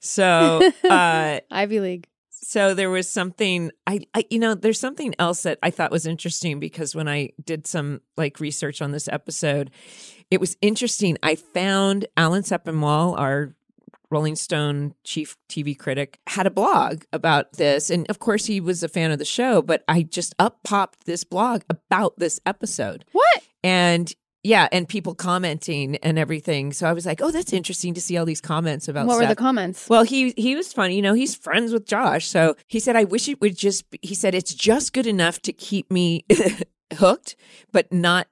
[SPEAKER 2] So, uh,
[SPEAKER 1] Ivy League.
[SPEAKER 2] so there was something I, I, you know, there's something else that I thought was interesting because when I did some like research on this episode, it was interesting. I found Alan Sepinwall, our Rolling Stone chief TV critic, had a blog about this, and of course he was a fan of the show. But I just up popped this blog about this episode
[SPEAKER 1] What?
[SPEAKER 2] and yeah, and people commenting and everything. So I was like, oh, that's interesting to see all these comments about
[SPEAKER 1] What were the
[SPEAKER 2] Seth.
[SPEAKER 1] comments?
[SPEAKER 2] well, he he was funny, you know. He's friends with Josh, so he said, "I wish it would just." Be, he said, "It's just good enough to keep me hooked, but not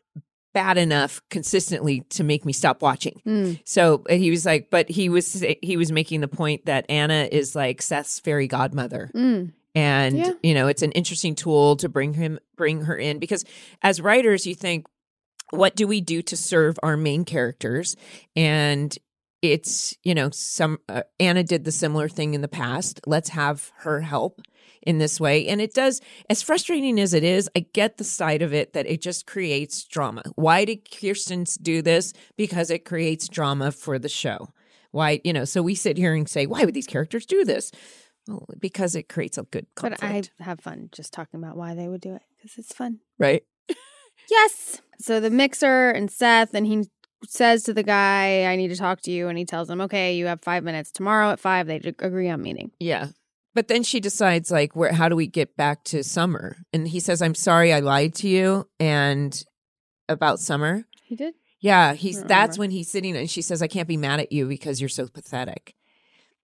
[SPEAKER 2] bad enough consistently to make me stop watching."
[SPEAKER 1] Mm.
[SPEAKER 2] So and he was like, "But he was he was making the point that Anna is like Seth's fairy godmother,
[SPEAKER 1] Mm.
[SPEAKER 2] and
[SPEAKER 1] Yeah.
[SPEAKER 2] you know it's an interesting tool to bring him bring her in because as writers you think what do we do to serve our main characters and it's you know some uh, anna did the similar thing in the past let's have her help in this way and it does as frustrating as it is i get the side of it that it just creates drama why did kirsten's do this because it creates drama for the show why you know so we sit here and say why would these characters do this well, because it creates a good conflict
[SPEAKER 1] But I have fun just talking about why they would do it because it's fun.
[SPEAKER 2] right
[SPEAKER 1] Yes. So the mixer and Seth, and he says to the guy, I need to talk to you. And he tells him, okay, you have five minutes. Tomorrow at five, they agree on meeting.
[SPEAKER 2] yeah but then she decides like where how do we get back to summer and he says i'm sorry i lied to you and about summer
[SPEAKER 1] He did?
[SPEAKER 2] yeah he's
[SPEAKER 1] don't
[SPEAKER 2] that's
[SPEAKER 1] remember.
[SPEAKER 2] when he's sitting and she says i can't be mad at you because you're so pathetic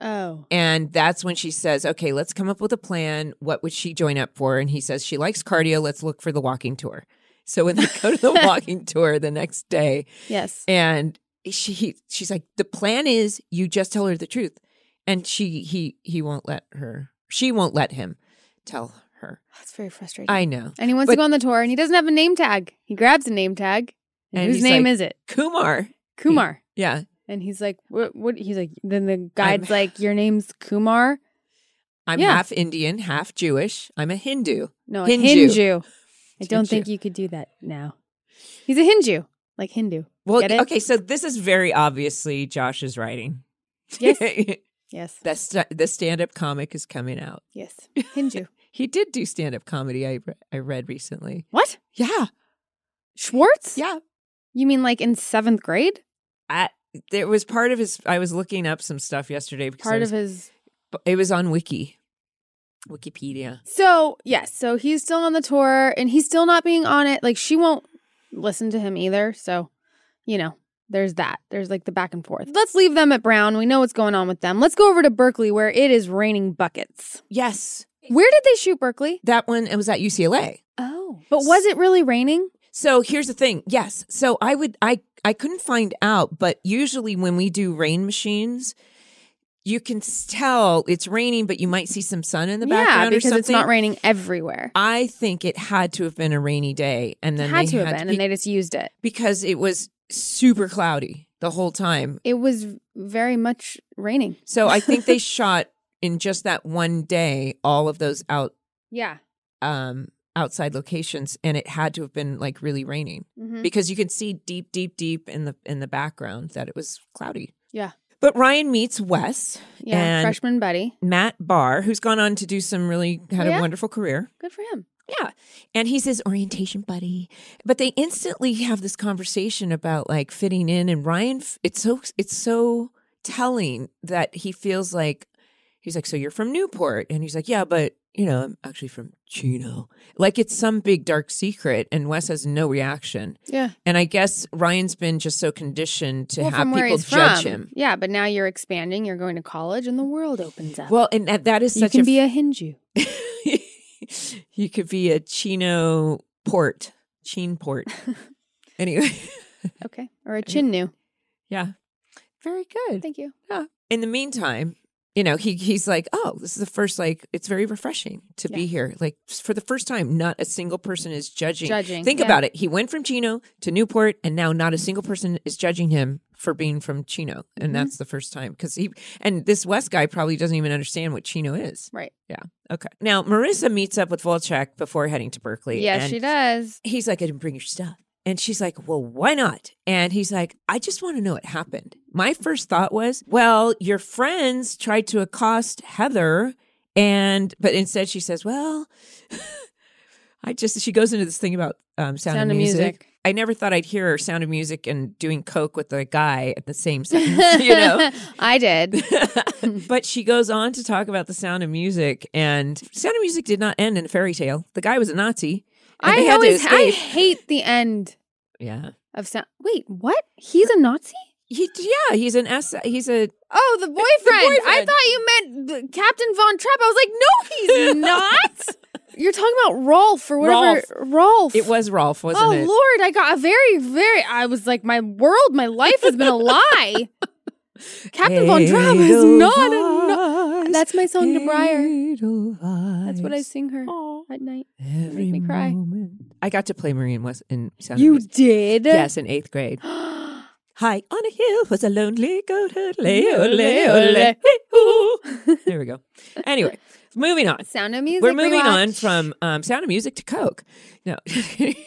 [SPEAKER 1] Oh.
[SPEAKER 2] and that's when she says okay let's come up with a plan what would she join up for and he says she likes cardio let's look for the walking tour so when they go to the walking tour the next day
[SPEAKER 1] Yes.
[SPEAKER 2] and she she's like the plan is you just tell her the truth and she he he won't let her she won't let him tell her
[SPEAKER 1] That's very frustrating.
[SPEAKER 2] i know
[SPEAKER 1] and he wants to
[SPEAKER 2] but-
[SPEAKER 1] go on the tour, and he doesn't have a name tag. He grabs a name tag. And,
[SPEAKER 2] And
[SPEAKER 1] whose
[SPEAKER 2] he's
[SPEAKER 1] name
[SPEAKER 2] like-
[SPEAKER 1] is it?
[SPEAKER 2] kumar
[SPEAKER 1] Kumar.
[SPEAKER 2] yeah
[SPEAKER 1] And he's like, what, what? He's like, then the guide's like, your name's Kumar?
[SPEAKER 2] i'm
[SPEAKER 1] Yeah.
[SPEAKER 2] half indian half jewish i'm a hindu
[SPEAKER 1] No, a
[SPEAKER 2] Hindu.
[SPEAKER 1] Hindu. I don't
[SPEAKER 2] Hindu.
[SPEAKER 1] think you could do that now. He's a Hindu, like Hindu.
[SPEAKER 2] well
[SPEAKER 1] Get it?
[SPEAKER 2] okay so this is very obviously josh's writing
[SPEAKER 1] Yes. Yes.
[SPEAKER 2] the, st- the stand-up comic is coming out
[SPEAKER 1] Yes. Hindu.
[SPEAKER 2] he did do stand-up comedy i, re- I read recently
[SPEAKER 1] what?
[SPEAKER 2] yeah
[SPEAKER 1] Schwartz?
[SPEAKER 2] yeah
[SPEAKER 1] You mean like in seventh grade?
[SPEAKER 2] I, there was part of his i was looking up some stuff yesterday because I
[SPEAKER 1] Part
[SPEAKER 2] was
[SPEAKER 1] of his.
[SPEAKER 2] But it was on Wiki, Wikipedia.
[SPEAKER 1] So, yes. So he's still on the tour and he's still not being on it. Like she won't listen to him either. So, you know, there's that. There's like the back and forth. Let's leave them at Brown. We know what's going on with them. Let's go over to Berkeley where it is raining buckets.
[SPEAKER 2] Yes,
[SPEAKER 1] Where did they shoot Berkeley?
[SPEAKER 2] that one. It was at UCLA.
[SPEAKER 1] Oh. But was it really raining?
[SPEAKER 2] So here's the thing. Yes, so I would I I couldn't find out, but usually when we do rain machines, you can s- tell it's raining, but you might see some sun in the
[SPEAKER 1] yeah,
[SPEAKER 2] background or
[SPEAKER 1] because
[SPEAKER 2] something.
[SPEAKER 1] it's not raining everywhere.
[SPEAKER 2] I think it had to have been a rainy day, and
[SPEAKER 1] It
[SPEAKER 2] then
[SPEAKER 1] had
[SPEAKER 2] they
[SPEAKER 1] to have
[SPEAKER 2] had
[SPEAKER 1] been,
[SPEAKER 2] be-
[SPEAKER 1] and they just used it.
[SPEAKER 2] because it was super cloudy the whole time.
[SPEAKER 1] It was very much raining.
[SPEAKER 2] So I think they shot in just that one day all of those out
[SPEAKER 1] Yeah.
[SPEAKER 2] um outside locations and it had to have been like really raining
[SPEAKER 1] Mm-hmm.
[SPEAKER 2] because you can see deep deep deep in the in the background that it was cloudy
[SPEAKER 1] Yeah.
[SPEAKER 2] but ryan meets wes
[SPEAKER 1] Yeah.
[SPEAKER 2] And-
[SPEAKER 1] Freshman buddy.
[SPEAKER 2] matt barr who's gone on to do some really had
[SPEAKER 1] Oh, Yeah.
[SPEAKER 2] a wonderful career
[SPEAKER 1] Good for him.
[SPEAKER 2] Yeah. And he's his orientation buddy. But they instantly have this conversation about like fitting in and Ryan f- it's so it's so telling that he feels like he's like so you're from Newport and he's like yeah, but you know, I'm actually from Chino. Like it's some big dark secret and Wes has no reaction.
[SPEAKER 1] Yeah.
[SPEAKER 2] And I guess Ryan's been just so conditioned to
[SPEAKER 1] Well,
[SPEAKER 2] have
[SPEAKER 1] from where
[SPEAKER 2] people
[SPEAKER 1] he's
[SPEAKER 2] judge
[SPEAKER 1] from.
[SPEAKER 2] him.
[SPEAKER 1] Yeah, but now you're expanding. You're going to college, and the world opens up.
[SPEAKER 2] Well, and that, that is
[SPEAKER 1] you
[SPEAKER 2] such
[SPEAKER 1] can
[SPEAKER 2] a
[SPEAKER 1] be a Hindu.
[SPEAKER 2] you could be a Chino port, Chin port. anyway,
[SPEAKER 1] Okay, or a Chinnu.
[SPEAKER 2] yeah, very good.
[SPEAKER 1] Thank you.
[SPEAKER 2] Yeah. In the meantime, you know, he he's like, oh, this is the first like it's very refreshing to be
[SPEAKER 1] Yeah.
[SPEAKER 2] here. Like for the first time, not a single person is judging.
[SPEAKER 1] Judging,
[SPEAKER 2] Think
[SPEAKER 1] yeah.
[SPEAKER 2] about it. He went from Chino to Newport, and now not a single person is judging him for being from Chino, and that's the first time because he and this West guy probably doesn't even understand what Chino is.
[SPEAKER 1] Right.
[SPEAKER 2] Yeah. Okay. Now Marissa meets up with Volchek before heading to Berkeley.
[SPEAKER 1] Yeah,
[SPEAKER 2] and
[SPEAKER 1] she does.
[SPEAKER 2] He's like, I didn't bring your stuff. And she's like, Well, why not? And he's like, I just want to know what happened. My first thought was, Well, your friends tried to accost Heather. And, but instead she says, Well, I just, she goes into this thing about um, sound,
[SPEAKER 1] Sound
[SPEAKER 2] of
[SPEAKER 1] of
[SPEAKER 2] music.
[SPEAKER 1] Music.
[SPEAKER 2] I never thought I'd hear Sound of Music and doing Coke with a guy at the same sentence, you know?
[SPEAKER 1] I did.
[SPEAKER 2] but she goes on to talk about the sound of music and sound of music did not end in a fairy tale the guy was a nazi and they
[SPEAKER 1] I
[SPEAKER 2] had to
[SPEAKER 1] always I
[SPEAKER 2] escape.
[SPEAKER 1] hate the end
[SPEAKER 2] yeah
[SPEAKER 1] of sound. Wait, what? He's a Nazi?
[SPEAKER 2] he, yeah he's an s he's a
[SPEAKER 1] Oh, the boyfriend. I
[SPEAKER 2] boyfriend.
[SPEAKER 1] thought you meant the Captain Von Trapp. I was like, no, he's not. You're talking about Rolf or whatever. Rolf.
[SPEAKER 2] it was rolf wasn't
[SPEAKER 1] oh
[SPEAKER 2] it
[SPEAKER 1] Lord, I got a very, very. I was like, my world, my life has been a lie. Captain Von Trapp is not a. No- That's my song to Briar. That's what I sing her at night.
[SPEAKER 2] Every
[SPEAKER 1] me cry.
[SPEAKER 2] moment. I got to play Marie and West in Sound of
[SPEAKER 1] You
[SPEAKER 2] Music.
[SPEAKER 1] did?
[SPEAKER 2] Yes, in eighth grade. High on a hill was a lonely goat herd. Lay,
[SPEAKER 1] Ole,
[SPEAKER 2] ole, ole, hee-hoo. There we go. Anyway, moving on.
[SPEAKER 1] Sound of music.
[SPEAKER 2] We're moving on
[SPEAKER 1] rewatch.
[SPEAKER 2] from um, Sound of Music to Coke. No,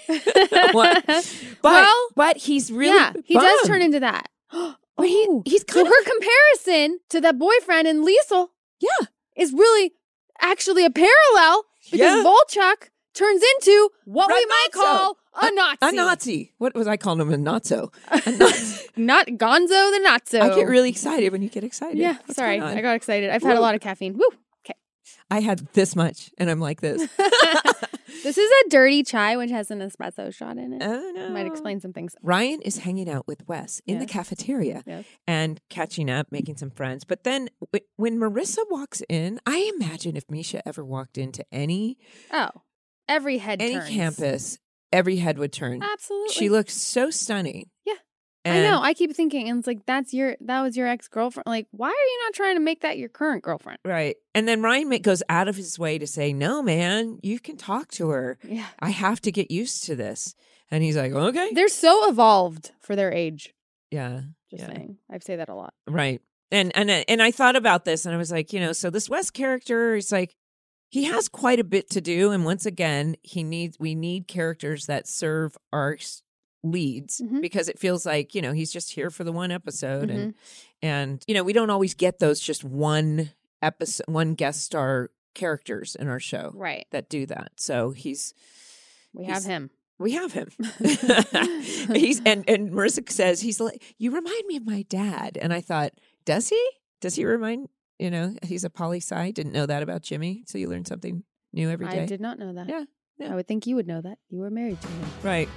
[SPEAKER 2] What? but
[SPEAKER 1] Well,
[SPEAKER 2] but he's really
[SPEAKER 1] yeah, he does turn into that.
[SPEAKER 2] But he-
[SPEAKER 1] Oh,
[SPEAKER 2] he's
[SPEAKER 1] so
[SPEAKER 2] kind of-
[SPEAKER 1] her comparison to that boyfriend in Liesel,
[SPEAKER 2] Yeah.
[SPEAKER 1] is really actually a parallel because
[SPEAKER 2] Yeah.
[SPEAKER 1] Volchuk turns into what we
[SPEAKER 2] Right,
[SPEAKER 1] might
[SPEAKER 2] Nazi.
[SPEAKER 1] call a, Nazi,
[SPEAKER 2] a Nazi. What was I calling him a Nazo? A Nazi.
[SPEAKER 1] not Gonzo the Nazi.
[SPEAKER 2] I get really excited when you get excited.
[SPEAKER 1] yeah.
[SPEAKER 2] What's
[SPEAKER 1] sorry,
[SPEAKER 2] going on?
[SPEAKER 1] I got excited. I've had a
[SPEAKER 2] Woo.
[SPEAKER 1] lot of caffeine. Woo.
[SPEAKER 2] I had this much, and I'm like this.
[SPEAKER 1] This is a dirty chai which has an espresso shot in it.
[SPEAKER 2] oh no,
[SPEAKER 1] Might explain some things.
[SPEAKER 2] Ryan is hanging out with Wes in the
[SPEAKER 1] Yes.
[SPEAKER 2] cafeteria
[SPEAKER 1] Yes.
[SPEAKER 2] and catching up, making some friends. But then w- when Marissa walks in, I imagine if Misha ever walked into any
[SPEAKER 1] Oh, every head
[SPEAKER 2] any
[SPEAKER 1] turns.
[SPEAKER 2] campus, every head would turn.
[SPEAKER 1] Absolutely.
[SPEAKER 2] She looks so stunning.
[SPEAKER 1] Yeah. I
[SPEAKER 2] And
[SPEAKER 1] know. I keep thinking, and it's like that's your that was your ex girlfriend. Like, why are you not trying to make that your current girlfriend?
[SPEAKER 2] Right. And then Ryan ma- goes out of his way to say, No, man, you can talk to her.
[SPEAKER 1] Yeah,
[SPEAKER 2] I have to get used to this. And he's like, Okay.
[SPEAKER 1] they're so evolved for their age.
[SPEAKER 2] yeah.
[SPEAKER 1] Just
[SPEAKER 2] Yeah.
[SPEAKER 1] saying, I say that a lot.
[SPEAKER 2] Right. And and I- and I thought about this and I was like, you know, so this West character is like he has quite a bit to do and once again, he needs we need characters that serve our s- leads
[SPEAKER 1] Mhm.
[SPEAKER 2] because it feels like, you know, he's just here for the one episode
[SPEAKER 1] Mhm.
[SPEAKER 2] and and you know, we don't always get those just one episode one guest star characters in our show
[SPEAKER 1] Right,
[SPEAKER 2] that do that. So he's
[SPEAKER 1] we
[SPEAKER 2] Oh. He's-
[SPEAKER 1] have him.
[SPEAKER 2] we have him. he's and and Marissa says he's like you remind me of my dad, and I thought, does he? Does he remind? You know, he's a poli sci. Didn't know that about Jimmy, so you learn something new every day.
[SPEAKER 1] I did not know that.
[SPEAKER 2] Yeah, yeah.
[SPEAKER 1] I would think you would know that. You were married to him.
[SPEAKER 2] Right.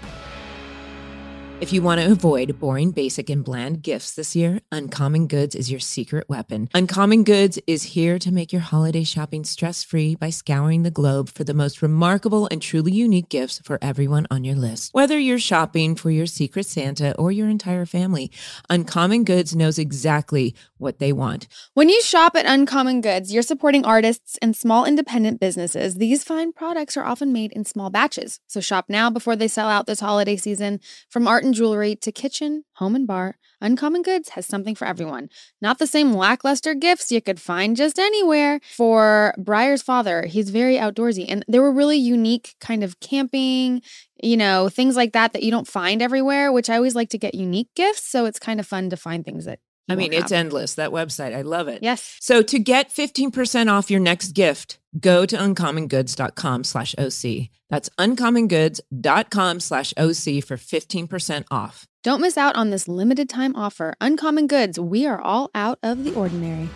[SPEAKER 2] If you want to avoid boring, basic, and bland gifts this year, Uncommon Goods is your secret weapon. Uncommon Goods is here to make your holiday shopping stress free by scouring the globe for the most remarkable and truly unique gifts for everyone on your list. Whether you're shopping for your secret Santa or your entire family, Uncommon Goods knows exactly what they want.
[SPEAKER 1] When you shop at Uncommon Goods, you're supporting artists and small independent businesses. These fine products are often made in small batches. So shop now before they sell out this holiday season. From art and jewelry to kitchen, home and bar, Uncommon Goods has something for everyone. Not the same lackluster gifts you could find just anywhere. For Briar's father, he's very outdoorsy and there were really unique kind of camping, you know, things like that that you don't find everywhere, which I always like to get unique gifts, so it's kind of fun to find things that you
[SPEAKER 2] I mean,
[SPEAKER 1] won't
[SPEAKER 2] it's
[SPEAKER 1] have.
[SPEAKER 2] endless, that website. I love it.
[SPEAKER 1] Yes.
[SPEAKER 2] So to get 15% off your next gift, go to uncommongoods.com slash OC. That's uncommongoods.com slash OC for 15% off.
[SPEAKER 1] Don't miss out on this limited time offer. Uncommon Goods, we are all out of the ordinary.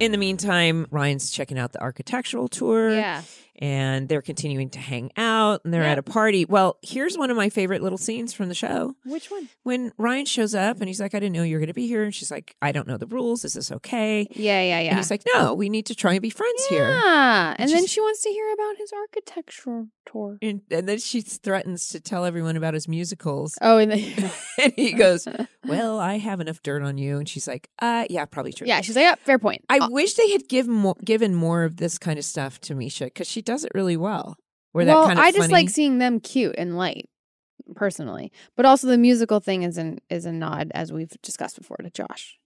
[SPEAKER 2] In the meantime, Ryan's checking out the architectural tour.
[SPEAKER 1] Yeah.
[SPEAKER 2] And they're continuing to hang out and they're
[SPEAKER 1] Yeah.
[SPEAKER 2] at a party. Well, here's one of my favorite little scenes from the show.
[SPEAKER 1] Which one?
[SPEAKER 2] When Ryan shows up and he's like, I didn't know you were going to be here. And she's like, I don't know the rules. Is this okay?
[SPEAKER 1] Yeah, yeah,
[SPEAKER 2] And
[SPEAKER 1] yeah.
[SPEAKER 2] he's like, No, we need to try and be friends here.
[SPEAKER 1] Yeah. And then
[SPEAKER 2] She's-
[SPEAKER 1] she wants to hear about his architectural tour.
[SPEAKER 2] And, and then she threatens to tell everyone about his musicals.
[SPEAKER 1] Oh, and then
[SPEAKER 2] and he goes, Well, I have enough dirt on you. And she's like, Uh, yeah, probably true.
[SPEAKER 1] Yeah, she's like, yeah, fair point.
[SPEAKER 2] I
[SPEAKER 1] Uh,
[SPEAKER 2] wish they had given more, given more of this kind of stuff to Misha because she does it really well. Where
[SPEAKER 1] well,
[SPEAKER 2] that kind of
[SPEAKER 1] I just
[SPEAKER 2] funny-
[SPEAKER 1] like seeing them cute and light, personally. But also the musical thing is an is a nod, as we've discussed before, to Josh,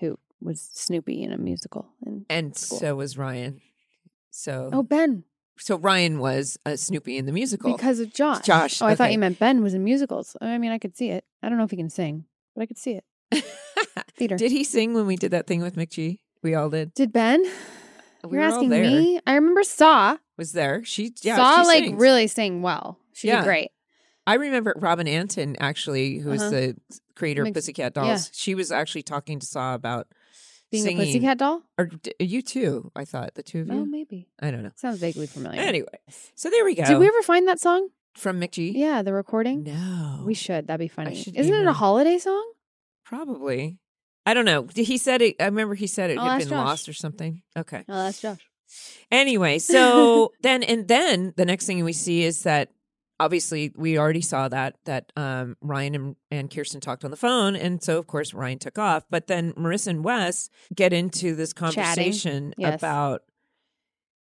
[SPEAKER 1] who was Snoopy in a musical. And
[SPEAKER 2] and
[SPEAKER 1] Cool.
[SPEAKER 2] so was Ryan. So
[SPEAKER 1] oh, Ben,
[SPEAKER 2] so Ryan was uh, Snoopy in the musical.
[SPEAKER 1] because of Josh.
[SPEAKER 2] Josh,
[SPEAKER 1] Oh, I thought
[SPEAKER 2] okay.
[SPEAKER 1] you meant Ben was in musicals. I mean, I could see it. I don't know if he can sing, but I could see it. Theater.
[SPEAKER 2] did he sing when we did that thing with McGee? We all did.
[SPEAKER 1] Did Ben?
[SPEAKER 2] We
[SPEAKER 1] You're
[SPEAKER 2] were all
[SPEAKER 1] asking
[SPEAKER 2] there.
[SPEAKER 1] me. I remember Saw.
[SPEAKER 2] Was there? She yeah.
[SPEAKER 1] Saw
[SPEAKER 2] she
[SPEAKER 1] like
[SPEAKER 2] sings.
[SPEAKER 1] really sang well. She
[SPEAKER 2] Yeah.
[SPEAKER 1] did great.
[SPEAKER 2] I remember Robin Anton actually, who was
[SPEAKER 1] Uh-huh.
[SPEAKER 2] the creator of
[SPEAKER 1] Makes-
[SPEAKER 2] Pussycat
[SPEAKER 1] yeah.
[SPEAKER 2] Dolls. She was actually talking to Saw about
[SPEAKER 1] Being
[SPEAKER 2] singing.
[SPEAKER 1] a pussycat doll?
[SPEAKER 2] Or d- you too? I thought the two of you.
[SPEAKER 1] Oh, maybe.
[SPEAKER 2] I don't know.
[SPEAKER 1] Sounds vaguely familiar.
[SPEAKER 2] Anyway, so there we go.
[SPEAKER 1] Did we ever find that song?
[SPEAKER 2] from McGee?
[SPEAKER 1] Yeah, the recording.
[SPEAKER 2] No.
[SPEAKER 1] We should. That'd be funny.
[SPEAKER 2] should
[SPEAKER 1] Isn't it a
[SPEAKER 2] email.
[SPEAKER 1] holiday song?
[SPEAKER 2] probably. I don't know. He said it. I remember he said it
[SPEAKER 1] I'll
[SPEAKER 2] had
[SPEAKER 1] ask
[SPEAKER 2] been
[SPEAKER 1] Oh, Josh.
[SPEAKER 2] lost or something. Okay.
[SPEAKER 1] Oh, that's Josh.
[SPEAKER 2] Anyway, so then and then the next thing we see is that obviously we already saw that that um, Ryan and, and Kirsten talked on the phone, and so of course Ryan took off. But then Marissa and Wes get into this conversation
[SPEAKER 1] Yes.
[SPEAKER 2] about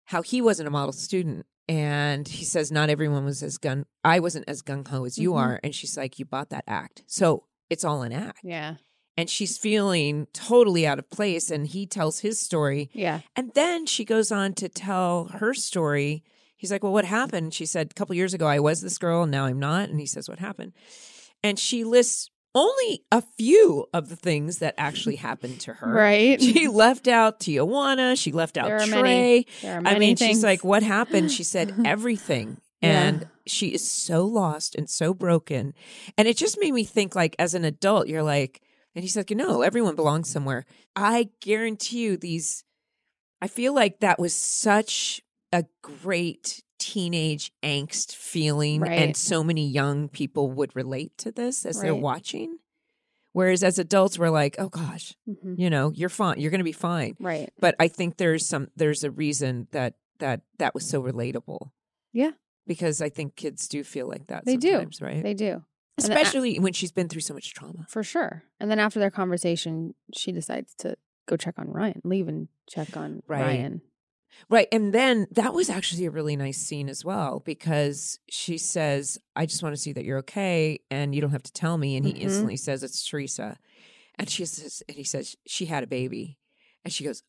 [SPEAKER 2] how he wasn't a model student. And he says, not everyone was as gun. I wasn't as gung ho as you
[SPEAKER 1] Mhm.
[SPEAKER 2] are. And she's like, you bought that act, so it's all an act.
[SPEAKER 1] Yeah.
[SPEAKER 2] And she's feeling totally out of place. And he tells his story,
[SPEAKER 1] Yeah.
[SPEAKER 2] and then she goes on to tell her story. He's like, Well, what happened? She said, A couple years ago, I was this girl, and now I'm not. And he says, What happened? And she lists only a few of the things that actually happened to her.
[SPEAKER 1] Right.
[SPEAKER 2] She left out Tijuana. She left out
[SPEAKER 1] There are
[SPEAKER 2] Trey.
[SPEAKER 1] many- There are many
[SPEAKER 2] I mean,
[SPEAKER 1] things.
[SPEAKER 2] she's like, What happened? She said, Everything.
[SPEAKER 1] Yeah.
[SPEAKER 2] And she is so lost and so broken. And it just made me think, like, as an adult, you're like, and he's like, No, everyone belongs somewhere. I guarantee you these I feel like that was such a great teenage angst feeling
[SPEAKER 1] Right.
[SPEAKER 2] and so many young people would relate to this as they're
[SPEAKER 1] Right.
[SPEAKER 2] watching. Whereas as adults we're like, "Oh gosh,
[SPEAKER 1] Mhm.
[SPEAKER 2] you know, you're fine. You're going to be fine."
[SPEAKER 1] right.
[SPEAKER 2] But I think there's some there's a reason that that that was so relatable.
[SPEAKER 1] Yeah.
[SPEAKER 2] Because I think kids do feel like that
[SPEAKER 1] They do.
[SPEAKER 2] sometimes, right?
[SPEAKER 1] They do. And uh, then a-
[SPEAKER 2] Especially when she's been through so much trauma.
[SPEAKER 1] For sure. And then after their conversation, she decides to go check on Ryan, leave and check on
[SPEAKER 2] Right.
[SPEAKER 1] Ryan.
[SPEAKER 2] Right. And then that was actually a really nice scene as well because she says, I just want to see that you're okay and you don't have to tell me. And he
[SPEAKER 1] Mhm.
[SPEAKER 2] instantly says, It's Teresa. And she says, and he says, She had a baby. And she goes,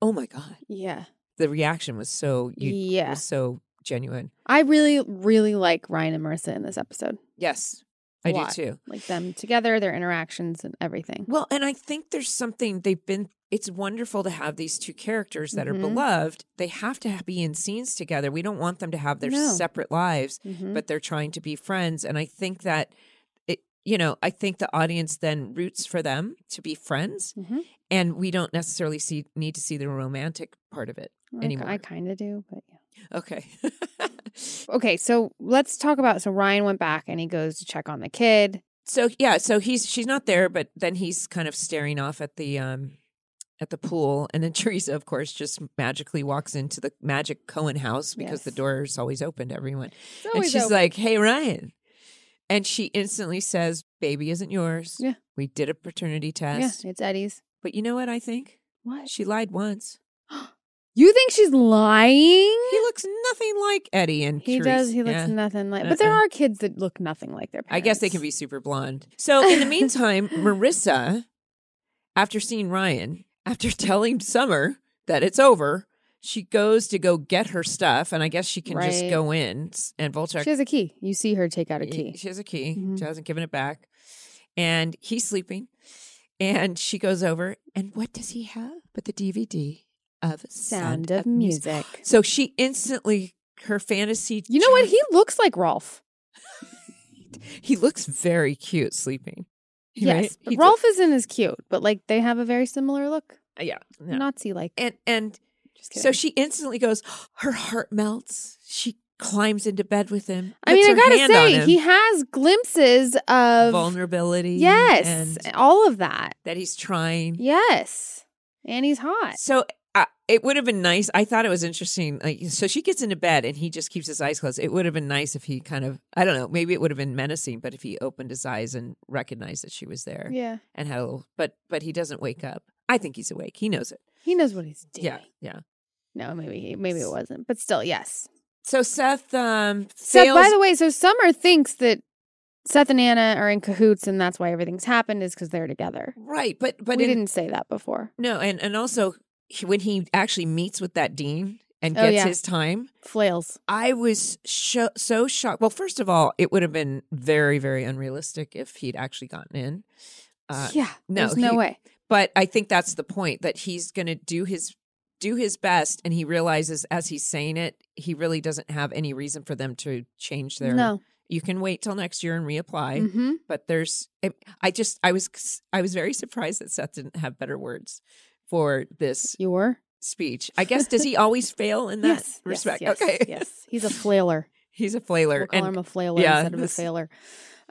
[SPEAKER 2] Oh my God.
[SPEAKER 1] Yeah.
[SPEAKER 2] The reaction was so you
[SPEAKER 1] yeah.
[SPEAKER 2] was so genuine.
[SPEAKER 1] I really, really like Ryan and Marissa in this episode.
[SPEAKER 2] Yes.
[SPEAKER 1] A
[SPEAKER 2] I do
[SPEAKER 1] lot.
[SPEAKER 2] too.
[SPEAKER 1] Like them together, their interactions and everything.
[SPEAKER 2] Well, and I think there's something they've been it's wonderful to have these two characters that
[SPEAKER 1] Mhm.
[SPEAKER 2] are beloved. They have to be in scenes together. We don't want them to have their
[SPEAKER 1] No.
[SPEAKER 2] separate lives.
[SPEAKER 1] Mhm.
[SPEAKER 2] but they're trying to be friends and i think that it you know i think the audience then roots for them to be friends
[SPEAKER 1] Mhm.
[SPEAKER 2] and we don't necessarily see need to see the romantic part of it
[SPEAKER 1] I-
[SPEAKER 2] anymore.
[SPEAKER 1] I, kind of do, but yeah.
[SPEAKER 2] okay
[SPEAKER 1] Okay, so let's talk about. So Ryan went back and he goes to check on the kid.
[SPEAKER 2] so yeah so he's she's not there but then he's kind of staring off at the um at the pool and then teresa of course just magically walks into the magic cohen house because the
[SPEAKER 1] Yes.
[SPEAKER 2] door is always open to everyone and she's like, "Hey, Ryan," and she instantly says, "Baby isn't yours.
[SPEAKER 1] Yeah.
[SPEAKER 2] we did a paternity
[SPEAKER 1] "Yeah,
[SPEAKER 2] test,
[SPEAKER 1] it's Eddie's."
[SPEAKER 2] but you know what? I think
[SPEAKER 1] What?
[SPEAKER 2] she lied once.
[SPEAKER 1] You think she's lying?
[SPEAKER 2] He looks nothing like Eddie, and
[SPEAKER 1] He
[SPEAKER 2] Therese.
[SPEAKER 1] does. He looks
[SPEAKER 2] Yeah.
[SPEAKER 1] nothing like. But there
[SPEAKER 2] Uh-uh.
[SPEAKER 1] are kids that look nothing like their parents.
[SPEAKER 2] I guess they can be super blonde. So in the meantime, Marissa, after seeing Ryan, after telling Summer that it's over. She goes to go get her stuff, and I guess she can just
[SPEAKER 1] Right.
[SPEAKER 2] go in. And Volchek
[SPEAKER 1] She has a key. You see her take out a
[SPEAKER 2] Y-
[SPEAKER 1] key.
[SPEAKER 2] She has a key.
[SPEAKER 1] Mhm.
[SPEAKER 2] She hasn't given it back. And he's sleeping. And she goes over. And what does he have but the DVD of
[SPEAKER 1] Sound of Music.
[SPEAKER 2] So she instantly her fantasy.
[SPEAKER 1] You know what? He looks like Rolf.
[SPEAKER 2] He looks very cute sleeping.
[SPEAKER 1] Yes.
[SPEAKER 2] right? He
[SPEAKER 1] But Rolf isn't as cute, but like they have a very similar look.
[SPEAKER 2] look- yeah. no.
[SPEAKER 1] Nazi like.
[SPEAKER 2] and and
[SPEAKER 1] Just
[SPEAKER 2] so
[SPEAKER 1] kidding.
[SPEAKER 2] she instantly goes. Her heart melts. She climbs into bed with him.
[SPEAKER 1] I mean,
[SPEAKER 2] puts
[SPEAKER 1] I
[SPEAKER 2] her
[SPEAKER 1] gotta
[SPEAKER 2] hand on
[SPEAKER 1] say,
[SPEAKER 2] him.
[SPEAKER 1] he has glimpses of
[SPEAKER 2] vulnerability.
[SPEAKER 1] Yes.
[SPEAKER 2] and Mm-hmm.
[SPEAKER 1] all of that.
[SPEAKER 2] that he's trying.
[SPEAKER 1] Yes. And he's hot.
[SPEAKER 2] So uh, it would have been nice. I thought it was interesting. Like, so she gets into bed and he just keeps his eyes closed. It would have been nice if he kind of, I don't know, maybe it would have been menacing, but if he opened his eyes and recognized that she was there
[SPEAKER 1] Yeah.
[SPEAKER 2] and had a little, but but he doesn't wake up. I think he's awake. He knows it.
[SPEAKER 1] He knows what he's doing.
[SPEAKER 2] Yeah, yeah.
[SPEAKER 1] No, maybe he, maybe it wasn't, but still, yes.
[SPEAKER 2] So Seth, um,
[SPEAKER 1] Seth,
[SPEAKER 2] fails.
[SPEAKER 1] by the way, so Summer thinks that Seth and Anna are in cahoots, and that's why everything's happened is because they're together.
[SPEAKER 2] right, but but
[SPEAKER 1] we
[SPEAKER 2] in,
[SPEAKER 1] didn't say that before.
[SPEAKER 2] no, and and also he- when he actually meets with that dean and
[SPEAKER 1] Oh,
[SPEAKER 2] gets
[SPEAKER 1] yeah.
[SPEAKER 2] his time,
[SPEAKER 1] Flails.
[SPEAKER 2] I was sho- so shocked. Well, first of all, it would have been very, very unrealistic if he'd actually gotten in. Uh,
[SPEAKER 1] yeah.
[SPEAKER 2] no,
[SPEAKER 1] there's no
[SPEAKER 2] he-
[SPEAKER 1] way.
[SPEAKER 2] But I think that's the point that he's going to do his do his best, and he realizes as he's saying it, he really doesn't have any reason for them to change their.
[SPEAKER 1] No.
[SPEAKER 2] You can wait till next year and reapply,
[SPEAKER 1] hmm
[SPEAKER 2] but there's. It, I just I was I was very surprised that Seth didn't have better words for this
[SPEAKER 1] You were?
[SPEAKER 2] speech. I guess does he always fail in that
[SPEAKER 1] yes.
[SPEAKER 2] respect?
[SPEAKER 1] Yes, yes,
[SPEAKER 2] okay,
[SPEAKER 1] yes. He's a flailer.
[SPEAKER 2] he's a flailer,
[SPEAKER 1] We'll call
[SPEAKER 2] and
[SPEAKER 1] him a flailer
[SPEAKER 2] yeah,
[SPEAKER 1] instead of
[SPEAKER 2] this-
[SPEAKER 1] a failer.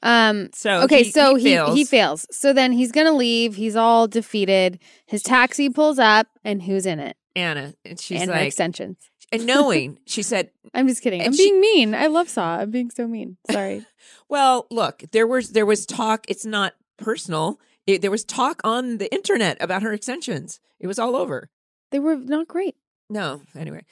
[SPEAKER 1] Um,
[SPEAKER 2] So
[SPEAKER 1] okay,
[SPEAKER 2] he-
[SPEAKER 1] so he,
[SPEAKER 2] fails.
[SPEAKER 1] he fails. So then he's going to leave. He's all defeated. His taxi pulls up, and who's in it?
[SPEAKER 2] Anna, and she's
[SPEAKER 1] and her
[SPEAKER 2] like,
[SPEAKER 1] extensions.
[SPEAKER 2] and knowing she said,
[SPEAKER 1] I'm just kidding.
[SPEAKER 2] And
[SPEAKER 1] I'm
[SPEAKER 2] she-
[SPEAKER 1] being mean. I love Saw. I'm being so mean. Sorry.
[SPEAKER 2] well, look, there was there was talk. It's not personal. It, there was talk on the internet about her extensions. It was all over.
[SPEAKER 1] they were not great.
[SPEAKER 2] No, anyway,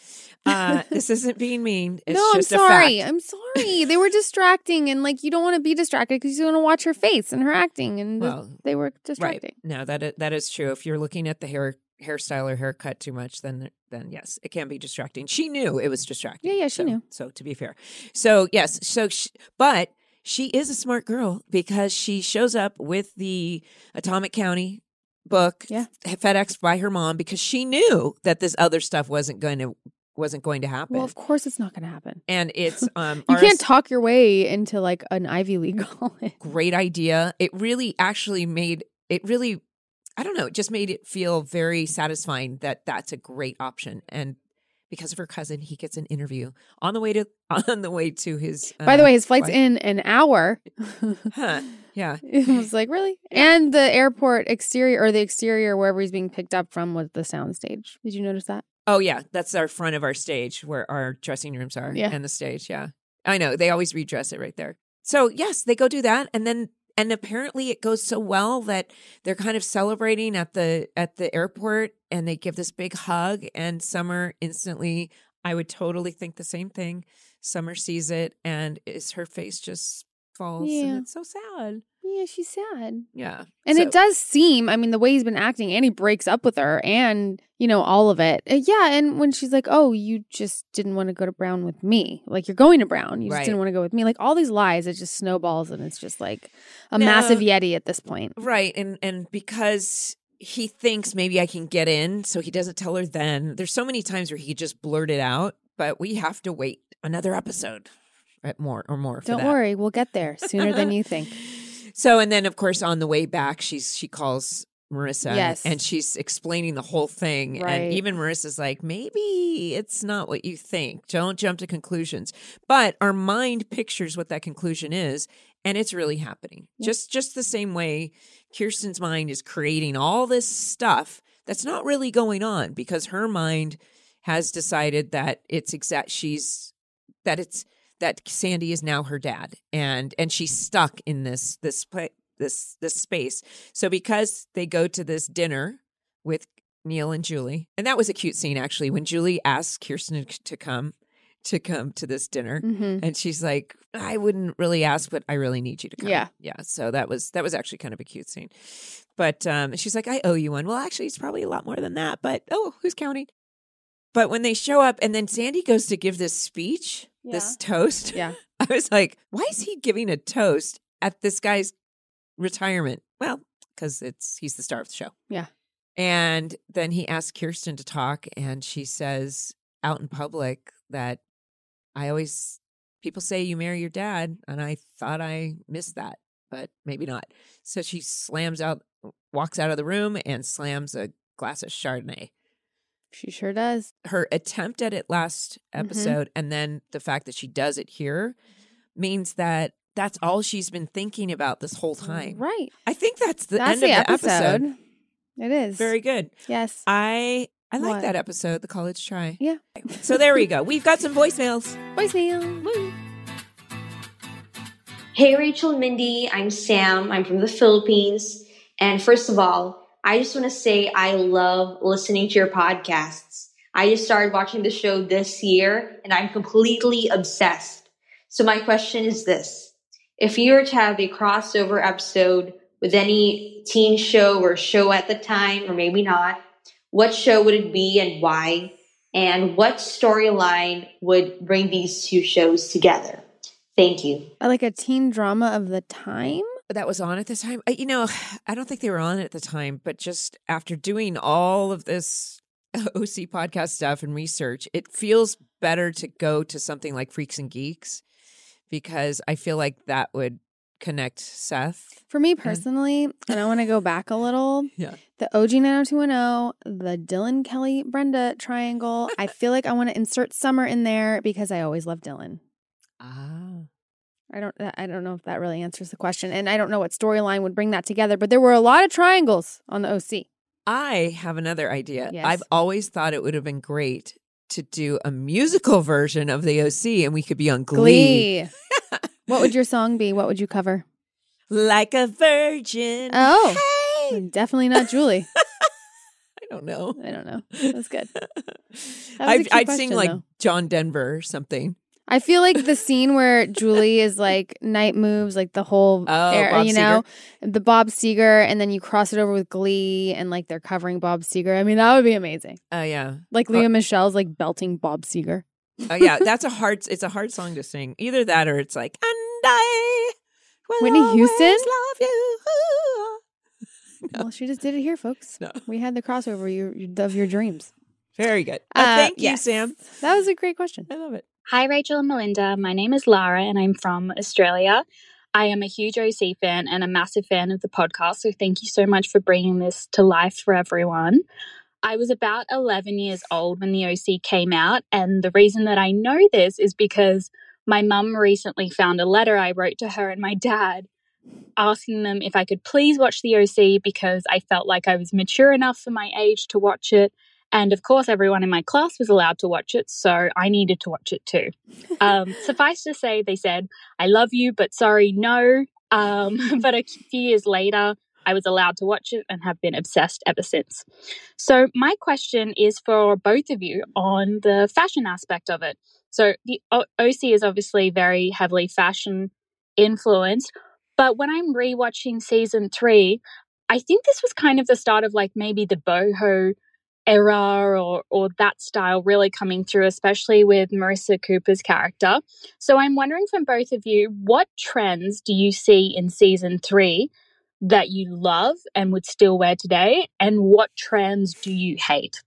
[SPEAKER 2] uh, this isn't being mean. It's
[SPEAKER 1] no, I'm
[SPEAKER 2] just a
[SPEAKER 1] sorry.
[SPEAKER 2] fact.
[SPEAKER 1] I'm sorry. They were distracting, and like you don't want to be distracted because you want to watch her face and her acting, and th-
[SPEAKER 2] Well,
[SPEAKER 1] they were
[SPEAKER 2] right.
[SPEAKER 1] distracting.
[SPEAKER 2] No, that is, that is true. If you're looking at the hair hairstyle or haircut too much, then then yes, it can be distracting. She knew it was distracting.
[SPEAKER 1] Yeah, yeah, she
[SPEAKER 2] So-
[SPEAKER 1] knew.
[SPEAKER 2] So to be fair, so yes, so sh but she is a smart girl because she shows up with the Atomic County book
[SPEAKER 1] Yeah.
[SPEAKER 2] FedEx by her mom because she knew that this other stuff wasn't going to wasn't going to happen.
[SPEAKER 1] Well, of course it's not going to happen.
[SPEAKER 2] and it's um
[SPEAKER 1] You
[SPEAKER 2] RS
[SPEAKER 1] can't talk your way into like an Ivy League college.
[SPEAKER 2] great idea. It really actually made it really I don't know, it just made it feel very satisfying that that's a great option and because of her cousin he gets an interview on the way to on the way to his
[SPEAKER 1] By the
[SPEAKER 2] uh,
[SPEAKER 1] way, his flight's
[SPEAKER 2] flight.
[SPEAKER 1] in an hour.
[SPEAKER 2] Huh. yeah
[SPEAKER 1] It was like really, and the airport exterior or the exterior wherever he's being picked up from was the soundstage. Did you notice that?
[SPEAKER 2] oh yeah that's our front of our stage where our dressing rooms are
[SPEAKER 1] Yeah.
[SPEAKER 2] and the stage yeah i know they always redress it right there so yes they go do that and then and apparently it goes so well that they're kind of celebrating at the at the airport and they give this big hug and summer instantly i would totally think the same thing summer sees it and is her face just falls
[SPEAKER 1] Yeah.
[SPEAKER 2] and it's so sad
[SPEAKER 1] Yeah, she's sad.
[SPEAKER 2] yeah
[SPEAKER 1] And
[SPEAKER 2] So-
[SPEAKER 1] it does seem, I mean, the way he's been acting and he breaks up with her and, you know, all of it. Uh, yeah. And when she's like, oh, you just didn't want to go to Brown with me. Like, you're going to Brown. You just didn't
[SPEAKER 2] Right.
[SPEAKER 1] want to go with me. Like, all these lies, it just snowballs and it's just like a
[SPEAKER 2] No.
[SPEAKER 1] massive Yeti at this point.
[SPEAKER 2] Right. And and because he thinks maybe I can get in, so he doesn't tell her then. There's so many times where he could just blurt it out, but we have to wait another episode. Right, more or more. for
[SPEAKER 1] Don't
[SPEAKER 2] that.
[SPEAKER 1] worry. We'll get there sooner than you think.
[SPEAKER 2] So and then of course on the way back she's she calls Marissa
[SPEAKER 1] Yes.
[SPEAKER 2] and she's explaining the whole thing.
[SPEAKER 1] Right.
[SPEAKER 2] And even Marissa's like, maybe it's not what you think. Don't jump to conclusions. But our mind pictures what that conclusion is, and it's really happening.
[SPEAKER 1] Yeah.
[SPEAKER 2] Just just the same way Kirsten's mind is creating all this stuff that's not really going on because her mind has decided that it's exact she's that it's that Sandy is now her dad and and she's stuck in this this pla- this this space. So because they go to this dinner with Neil and Julie, and that was a cute scene actually when Julie asks Kirsten to come to come to this dinner.
[SPEAKER 1] hmm
[SPEAKER 2] And she's like, I wouldn't really ask, but I really need you to come.
[SPEAKER 1] Yeah.
[SPEAKER 2] Yeah. So that was that was actually kind of a cute scene. But um she's like, I owe you one. Well, actually it's probably a lot more than that, but oh, who's counting? But when they show up and then Sandy goes to give this speech, this toast.
[SPEAKER 1] Yeah.
[SPEAKER 2] I was like, why is he giving a toast at this guy's retirement? Well, because it's he's the star of the show.
[SPEAKER 1] Yeah.
[SPEAKER 2] And then he asked Kirsten to talk, and she says out in public that I always, people say you marry your dad, and I thought I missed that, but maybe not. So she slams out, walks out of the room, and slams a glass of Chardonnay.
[SPEAKER 1] She sure does.
[SPEAKER 2] Her attempt at it last
[SPEAKER 1] Mm-hmm.
[SPEAKER 2] episode, and then the fact that she does it here
[SPEAKER 1] Mm-hmm.
[SPEAKER 2] means that that's all she's been thinking about this whole time.
[SPEAKER 1] Right.
[SPEAKER 2] I think that's the
[SPEAKER 1] That's
[SPEAKER 2] end
[SPEAKER 1] the
[SPEAKER 2] of the
[SPEAKER 1] episode.
[SPEAKER 2] episode.
[SPEAKER 1] It is.
[SPEAKER 2] Very good.
[SPEAKER 1] Yes.
[SPEAKER 2] I I like
[SPEAKER 1] What?
[SPEAKER 2] that episode, the college try.
[SPEAKER 1] yeah.
[SPEAKER 2] So there we go. We've got some voicemails.
[SPEAKER 1] Voicemail. Woo.
[SPEAKER 3] Hey, Rachel and Mindy, I'm Sam. I'm from the Philippines. And first of all, I just want to say I love listening to your podcasts. I just started watching the show this year and I'm completely obsessed. So, my question is this If you were to have a crossover episode with any teen show or show at the time, or maybe not, what show would it be and why? And what storyline would bring these two shows together? Thank you.
[SPEAKER 1] Uh, Like a teen drama of the time.
[SPEAKER 2] That was on at the time. I, you know, I don't think they were on at the time, but just after doing all of this OC podcast stuff and research, it feels better to go to something like Freaks and Geeks because I feel like that would connect Seth.
[SPEAKER 1] For me personally, and I want to go back a little.
[SPEAKER 2] Mm-hmm. Yeah.
[SPEAKER 1] The OG 90210, oh, the Dylan Kelly Brenda triangle. I feel like I want to insert Summer in there because I always love Dylan.
[SPEAKER 2] Ah.
[SPEAKER 1] I don't. that- I don't know if that really answers the question, and I don't know what storyline would bring that together. But there were a lot of triangles on the OC.
[SPEAKER 2] I have another idea.
[SPEAKER 1] Yes.
[SPEAKER 2] I've always thought it would have been great to do a musical version of the OC and we could be on Glee.
[SPEAKER 1] Glee. what would your song be? What would you cover?
[SPEAKER 2] Like a virgin.
[SPEAKER 1] Oh.
[SPEAKER 2] Hey!
[SPEAKER 1] Definitely not Julie.
[SPEAKER 2] I don't know.
[SPEAKER 1] I don't know. That's good. a
[SPEAKER 2] I'd,
[SPEAKER 1] cute
[SPEAKER 2] I'd sing
[SPEAKER 1] question,
[SPEAKER 2] like
[SPEAKER 1] though.
[SPEAKER 2] John Denver or something.
[SPEAKER 1] I feel like the scene where Julie is like night moves, like the whole
[SPEAKER 2] Oh,
[SPEAKER 1] era,
[SPEAKER 2] Bob
[SPEAKER 1] you know, the Bob Seger, and then you cross it over with Glee, and like they're covering Bob Seger. I mean, that would be amazing.
[SPEAKER 2] Oh yeah.
[SPEAKER 1] Like
[SPEAKER 2] Oh.
[SPEAKER 1] Leah Michelle's like belting Bob Seger.
[SPEAKER 2] Oh yeah. That's a hard it's a hard song to sing. Either that or it's like and I will
[SPEAKER 1] Whitney Houston?
[SPEAKER 2] always love you.
[SPEAKER 1] Well, she just did it here, folks.
[SPEAKER 2] No.
[SPEAKER 1] We had the crossover you- you- of your dreams.
[SPEAKER 2] Very good. Uh,
[SPEAKER 1] Uh,
[SPEAKER 2] thank you,
[SPEAKER 1] yes.
[SPEAKER 2] Sam.
[SPEAKER 1] That was a great question.
[SPEAKER 2] I love it.
[SPEAKER 4] Hi, Rachel and Melinda. My name is Lara and I'm from Australia. I am a huge OC fan and a massive fan of the podcast, so thank you so much for bringing this to life for everyone. I was about 11 years old when the OC came out, and the reason that I know this is because my mum recently found a letter I wrote to her and my dad asking them if I could please watch the OC because I felt like I was mature enough for my age to watch it. And of course, everyone in my class was allowed to watch it, so I needed to watch it too. Um, suffice to say, they said, I love you, but sorry, no. Um, but a few years later, I was allowed to watch it and have been obsessed ever since. So, my question is for both of you on the fashion aspect of it. So, the O- OC is obviously very heavily fashion influenced, but when I'm rewatching season three, I think this was kind of the start of like maybe the boho era or or that style really coming through, especially with Marissa Cooper's character. So I'm wondering from both of you, what trends do you see in season three that you love and would still wear today? And what trends do you hate?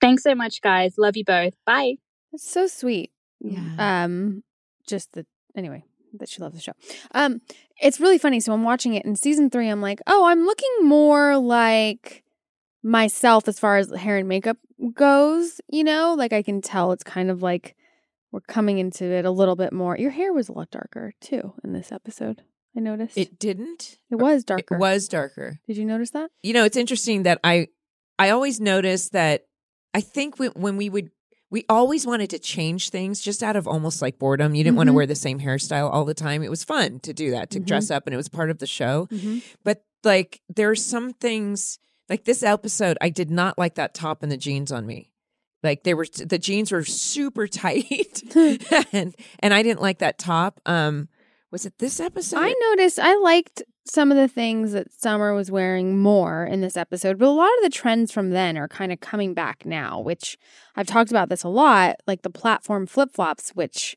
[SPEAKER 4] Thanks so much, guys. Love you both. Bye.
[SPEAKER 1] That's so sweet.
[SPEAKER 2] Yeah.
[SPEAKER 1] Um, just the anyway that she loves the show. Um, it's really funny. So I'm watching it in season three. I'm like, oh, I'm looking more like myself as far as hair and makeup goes. You know, like I can tell it's kind of like we're coming into it a little bit more. Your hair was a lot darker too in this episode. I noticed it,
[SPEAKER 2] It didn't.
[SPEAKER 1] was
[SPEAKER 2] It
[SPEAKER 1] darker.
[SPEAKER 2] was darker.
[SPEAKER 1] Did you notice that?
[SPEAKER 2] you know it's interesting that i i always notice that i think when, when we would we always wanted to change things just out of almost like boredom you didn't want to
[SPEAKER 1] Mhm.
[SPEAKER 2] wear the same hairstyle all the time it was fun to do that to
[SPEAKER 1] Mhm.
[SPEAKER 2] dress up and it was part of the show but like there are some things like this episode i did not like that top and the jeans on me like they were the jeans were super tight and and i didn't like that top um was it this episode
[SPEAKER 1] I noticed I liked some of the things that Summer was wearing more in this episode, but a lot of the trends from then are kind of coming back now, which I've talked about this a lot, like the platform flip flops, which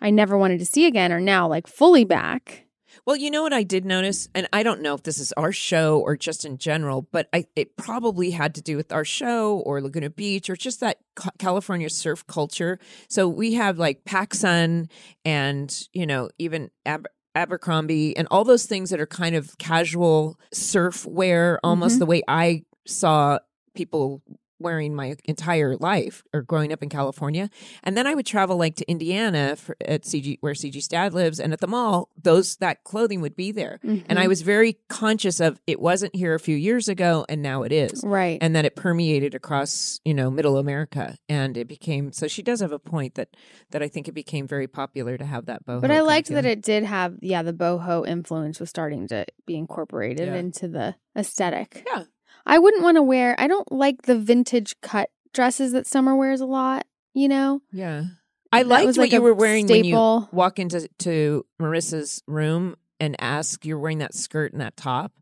[SPEAKER 1] I never wanted to see again, are now like fully back.
[SPEAKER 2] Well, you know what I did notice, and I don't know if this is our show or just in general, but I it probably had to do with our show or Laguna Beach or just that ca- California surf culture. So we have like PacSun and you know even Aber- Abercrombie and all those things that are kind of casual surf wear, almost
[SPEAKER 1] Mhm.
[SPEAKER 2] the way I saw people wearing my entire life or growing up in California. And then I would travel like to Indiana for, at CG where CG Stad lives and at the mall, those that clothing would be there. And I
[SPEAKER 1] Mm-hmm.
[SPEAKER 2] was very conscious of it wasn't here a few years ago and now it is.
[SPEAKER 1] right.
[SPEAKER 2] And that it permeated across, you know, middle America. And it became so she does have a point that that I think it became very popular to have that boho.
[SPEAKER 1] but I
[SPEAKER 2] kind of
[SPEAKER 1] liked that
[SPEAKER 2] feeling.
[SPEAKER 1] it did have, yeah, the boho influence was starting to be incorporated
[SPEAKER 2] Yeah.
[SPEAKER 1] into the aesthetic.
[SPEAKER 2] Yeah.
[SPEAKER 1] I wouldn't want to wear, I don't like the vintage cut dresses that summer wears a lot, you know?
[SPEAKER 2] Yeah. I
[SPEAKER 1] That
[SPEAKER 2] liked
[SPEAKER 1] was
[SPEAKER 2] what
[SPEAKER 1] like
[SPEAKER 2] you
[SPEAKER 1] a
[SPEAKER 2] were wearing when you
[SPEAKER 1] staple.
[SPEAKER 2] walk into to Marissa's room and ask you're wearing that skirt and that top.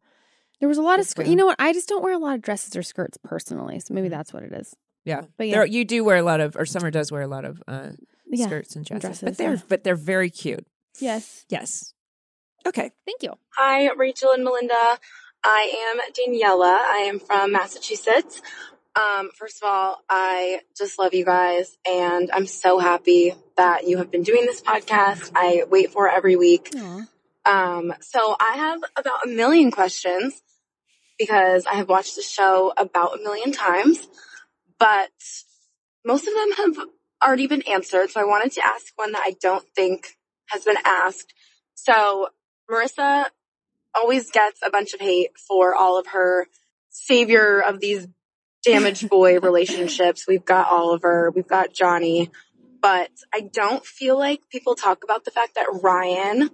[SPEAKER 1] There was a lot of
[SPEAKER 2] Good
[SPEAKER 1] skirts.
[SPEAKER 2] for
[SPEAKER 1] You
[SPEAKER 2] you.
[SPEAKER 1] know what? I just don't wear a lot of dresses or skirts personally, so maybe
[SPEAKER 2] Mm.
[SPEAKER 1] that's what it is.
[SPEAKER 2] Yeah.
[SPEAKER 1] But yeah,
[SPEAKER 2] There, you do wear a lot of or summer does wear a lot of uh
[SPEAKER 1] yeah.
[SPEAKER 2] skirts and dresses.
[SPEAKER 1] dresses,
[SPEAKER 2] But they're
[SPEAKER 1] yeah.
[SPEAKER 2] but they're very cute.
[SPEAKER 1] yes.
[SPEAKER 2] Yes. Okay.
[SPEAKER 1] Thank you.
[SPEAKER 5] Hi, Rachel and Melinda. I am Daniela. I am from Massachusetts. Um, first of all, I just love you guys, and I'm so happy that you have been doing this podcast. I wait for it every week.
[SPEAKER 1] Aw.
[SPEAKER 5] Um, so I have about a million questions because I have watched the show about a million times, but most of them have already been answered. So I wanted to ask one that I don't think has been asked. So Marissa always gets a bunch of hate for all of her savior of these damaged boy relationships. We've got Oliver, we've got Johnny, but I don't feel like people talk about the fact that Ryan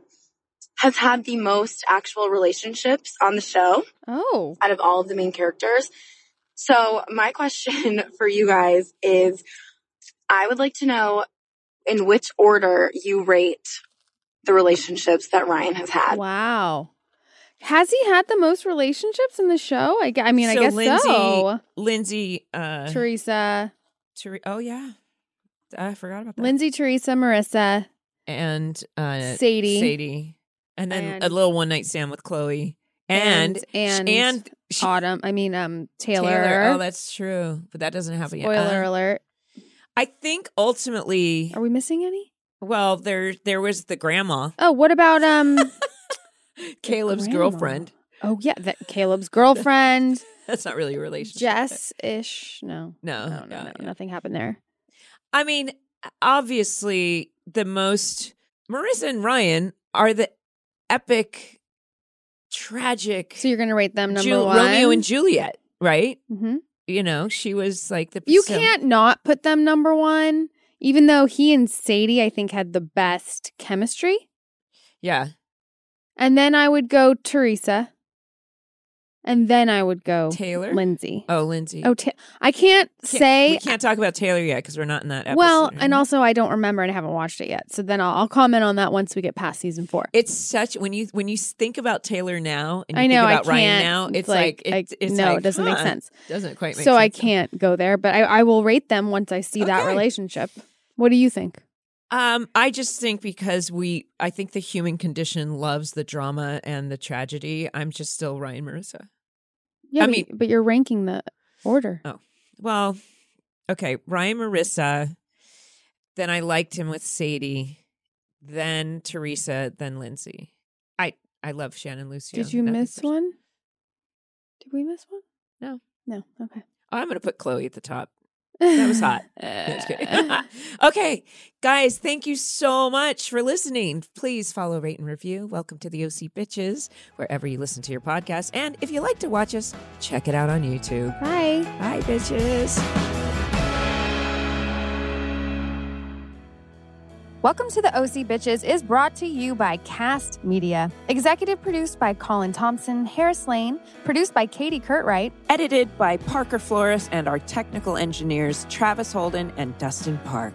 [SPEAKER 5] has had the most actual relationships on the show
[SPEAKER 1] Oh,
[SPEAKER 5] out of all of the main characters. So, my question for you guys is I would like to know in which order you rate the relationships that Ryan has had.
[SPEAKER 1] wow. Has he had the most relationships in the show? I, gu- I mean, I
[SPEAKER 2] So
[SPEAKER 1] guess
[SPEAKER 2] Lindsay-
[SPEAKER 1] so.
[SPEAKER 2] Lindsay uh
[SPEAKER 1] Teresa,
[SPEAKER 2] Ter- oh yeah. I forgot about that.
[SPEAKER 1] Lindsay, Teresa, Marissa,
[SPEAKER 2] and uh
[SPEAKER 1] Sadie,
[SPEAKER 2] Sadie. And then
[SPEAKER 1] And-
[SPEAKER 2] a little one night stand with Chloe. And
[SPEAKER 1] and,
[SPEAKER 2] and she-
[SPEAKER 1] Autumn. I mean, um, Taylor.
[SPEAKER 2] Taylor. Oh, that's true. But that doesn't happen yet.
[SPEAKER 1] Spoiler
[SPEAKER 2] Uh,
[SPEAKER 1] alert.
[SPEAKER 2] I think ultimately
[SPEAKER 1] Are we missing any?
[SPEAKER 2] well, there there was the grandma,
[SPEAKER 1] Oh, what about um?
[SPEAKER 2] Caleb's
[SPEAKER 1] grandma.
[SPEAKER 2] girlfriend.
[SPEAKER 1] oh yeah, that Caleb's girlfriend,
[SPEAKER 2] That's not really a relationship. but-
[SPEAKER 1] Jess ish. No,
[SPEAKER 2] No.
[SPEAKER 1] no, no,
[SPEAKER 2] Oh, yeah,
[SPEAKER 1] no,
[SPEAKER 2] yeah.
[SPEAKER 1] nothing happened there.
[SPEAKER 2] I mean, obviously, the most Marissa and Ryan are the epic, tragic
[SPEAKER 1] So you're gonna rate them number
[SPEAKER 2] Ju-
[SPEAKER 1] one.
[SPEAKER 2] Romeo and Juliet, right?
[SPEAKER 1] Mhm.
[SPEAKER 2] You know, she was like the
[SPEAKER 1] You
[SPEAKER 2] so-
[SPEAKER 1] can't not put them number one, even though he and Sadie, I think, had the best chemistry.
[SPEAKER 2] Yeah,
[SPEAKER 1] And then I would go Teresa, and then I would go
[SPEAKER 2] Taylor.
[SPEAKER 1] Lindsay.
[SPEAKER 2] oh, Lindsay.
[SPEAKER 1] Oh, Ta- I can't,
[SPEAKER 2] Can't-
[SPEAKER 1] say.
[SPEAKER 2] we can't talk about Taylor yet because we're not in that episode.
[SPEAKER 1] well,
[SPEAKER 2] right?
[SPEAKER 1] and also I don't remember and I haven't watched it yet. So then I'll, I'll comment on that once we get past season four.
[SPEAKER 2] It's such when you when you think about Taylor now and you
[SPEAKER 1] I know
[SPEAKER 2] think about
[SPEAKER 1] I can't.
[SPEAKER 2] Ryan now, it's like,
[SPEAKER 1] I-
[SPEAKER 2] it's, it's
[SPEAKER 1] no,
[SPEAKER 2] like,
[SPEAKER 1] it doesn't make
[SPEAKER 2] huh,
[SPEAKER 1] sense.
[SPEAKER 2] Doesn't quite make
[SPEAKER 1] so
[SPEAKER 2] sense. Oh,
[SPEAKER 1] I can't go there, but I, I will rate them once I see that
[SPEAKER 2] Okay.
[SPEAKER 1] relationship. What do you think?
[SPEAKER 2] Um, I just think because we, I think the human condition loves the drama and the tragedy. I'm just still Ryan Marissa.
[SPEAKER 1] Yeah,
[SPEAKER 2] I
[SPEAKER 1] but,
[SPEAKER 2] mean- Oh,
[SPEAKER 1] but you're ranking the order.
[SPEAKER 2] Well, okay, Ryan Marissa. Then I liked him with Sadie, then Teresa, then Lindsay. I I love Shannon Lucio.
[SPEAKER 1] Did you
[SPEAKER 2] Nothing
[SPEAKER 1] miss
[SPEAKER 2] personal.
[SPEAKER 1] one? Did we miss one?
[SPEAKER 2] No.
[SPEAKER 1] No. Okay.
[SPEAKER 2] I'm gonna put Chloe at the top. That was hot. No, just kidding. okay, guys, thank you so much for listening. Please follow, rate, and review. Welcome to the OC Bitches, wherever you listen to your podcast. And if you like to watch us, check it out on YouTube.
[SPEAKER 1] Bye.
[SPEAKER 2] Bye, bitches.
[SPEAKER 6] Welcome to the OC Bitches is brought to you by Cast Media. Executive produced by Colin Thompson, Harris Lane, produced by Katie Curtwright.
[SPEAKER 2] Edited by Parker Flores and our technical engineers, Travis Holden and Dustin Park.